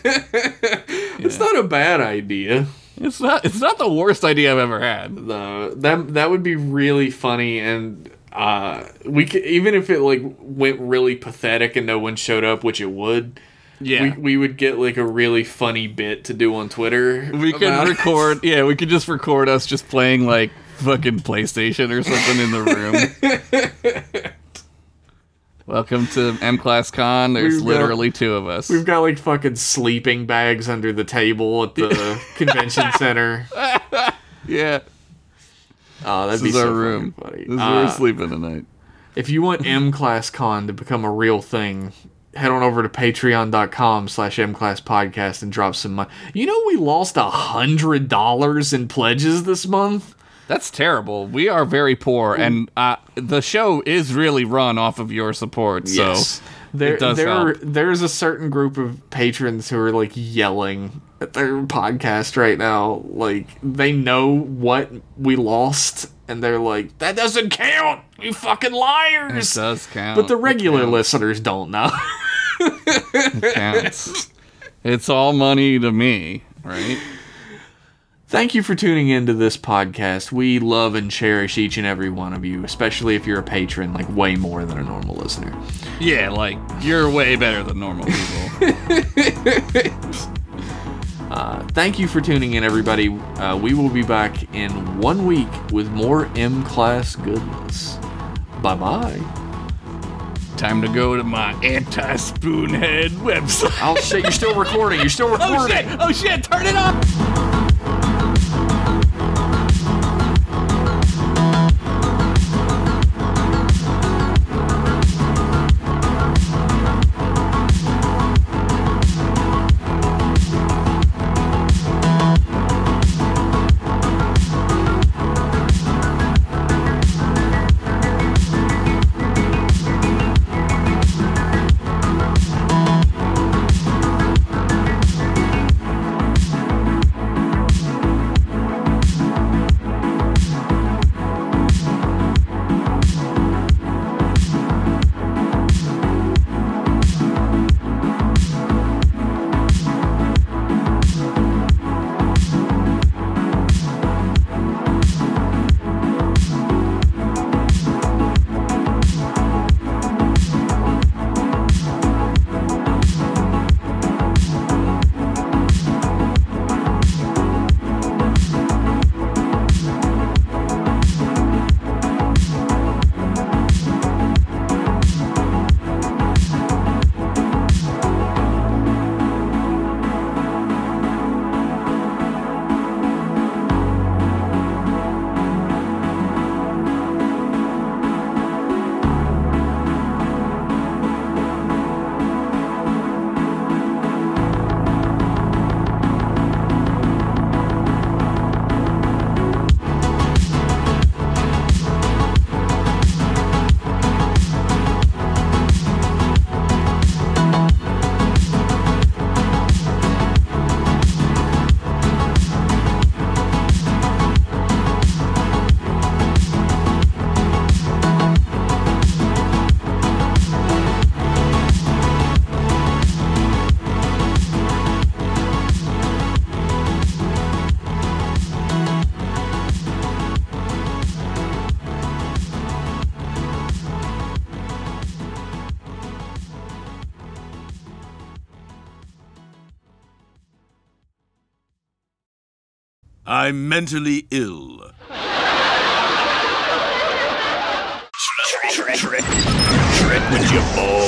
Speaker 1: It's not a bad idea.
Speaker 2: it's not it's not the worst idea I've ever had.
Speaker 1: Though that that would be really funny and uh we could, even if it like went really pathetic and no one showed up, which it would.
Speaker 2: Yeah.
Speaker 1: We, we would get like a really funny bit to do on Twitter.
Speaker 2: We
Speaker 1: about
Speaker 2: could
Speaker 1: it.
Speaker 2: record, yeah, we could just record us just playing like fucking PlayStation or something in the room. Welcome to M Class Con. There's
Speaker 1: We've got-
Speaker 2: literally two of us.
Speaker 1: We've got like fucking sleeping bags under the table at the convention center.
Speaker 2: yeah,
Speaker 1: Oh, that'd
Speaker 2: this is
Speaker 1: be
Speaker 2: our
Speaker 1: so
Speaker 2: room.
Speaker 1: fucking
Speaker 2: This
Speaker 1: funny.
Speaker 2: is where
Speaker 1: Uh,
Speaker 2: we're sleeping tonight.
Speaker 1: if you want M Class Con to become a real thing, head on over to patreon.com slash M Class Podcast and drop some money. You know we lost a hundred dollars in pledges this month?
Speaker 2: That's terrible. We are very poor, and uh, the show is really run off of your support. So
Speaker 1: There,
Speaker 2: it does
Speaker 1: there,
Speaker 2: help.
Speaker 1: there's a certain group of patrons who are like yelling at their podcast right now. Like they know what we lost, and they're like, "That doesn't count, you fucking
Speaker 2: it
Speaker 1: liars!"
Speaker 2: does count.
Speaker 1: But the regular
Speaker 2: It
Speaker 1: listeners don't know.
Speaker 2: counts. it's all money to me, right?
Speaker 1: Thank you for tuning into this podcast. We love and cherish each and every one of you, especially if you're a patron, like way more than a normal listener.
Speaker 2: Yeah, like you're way better than normal people.
Speaker 1: Thank you for tuning in, everybody. Uh, we will be back in one week with more M Class goodness. Bye bye.
Speaker 2: Time to go to my anti-spoonhead website.
Speaker 1: Oh shit, you're still recording. You're still recording.
Speaker 2: Oh shit! Oh shit! Turn it off. I'm mentally ill. Trek with your boy.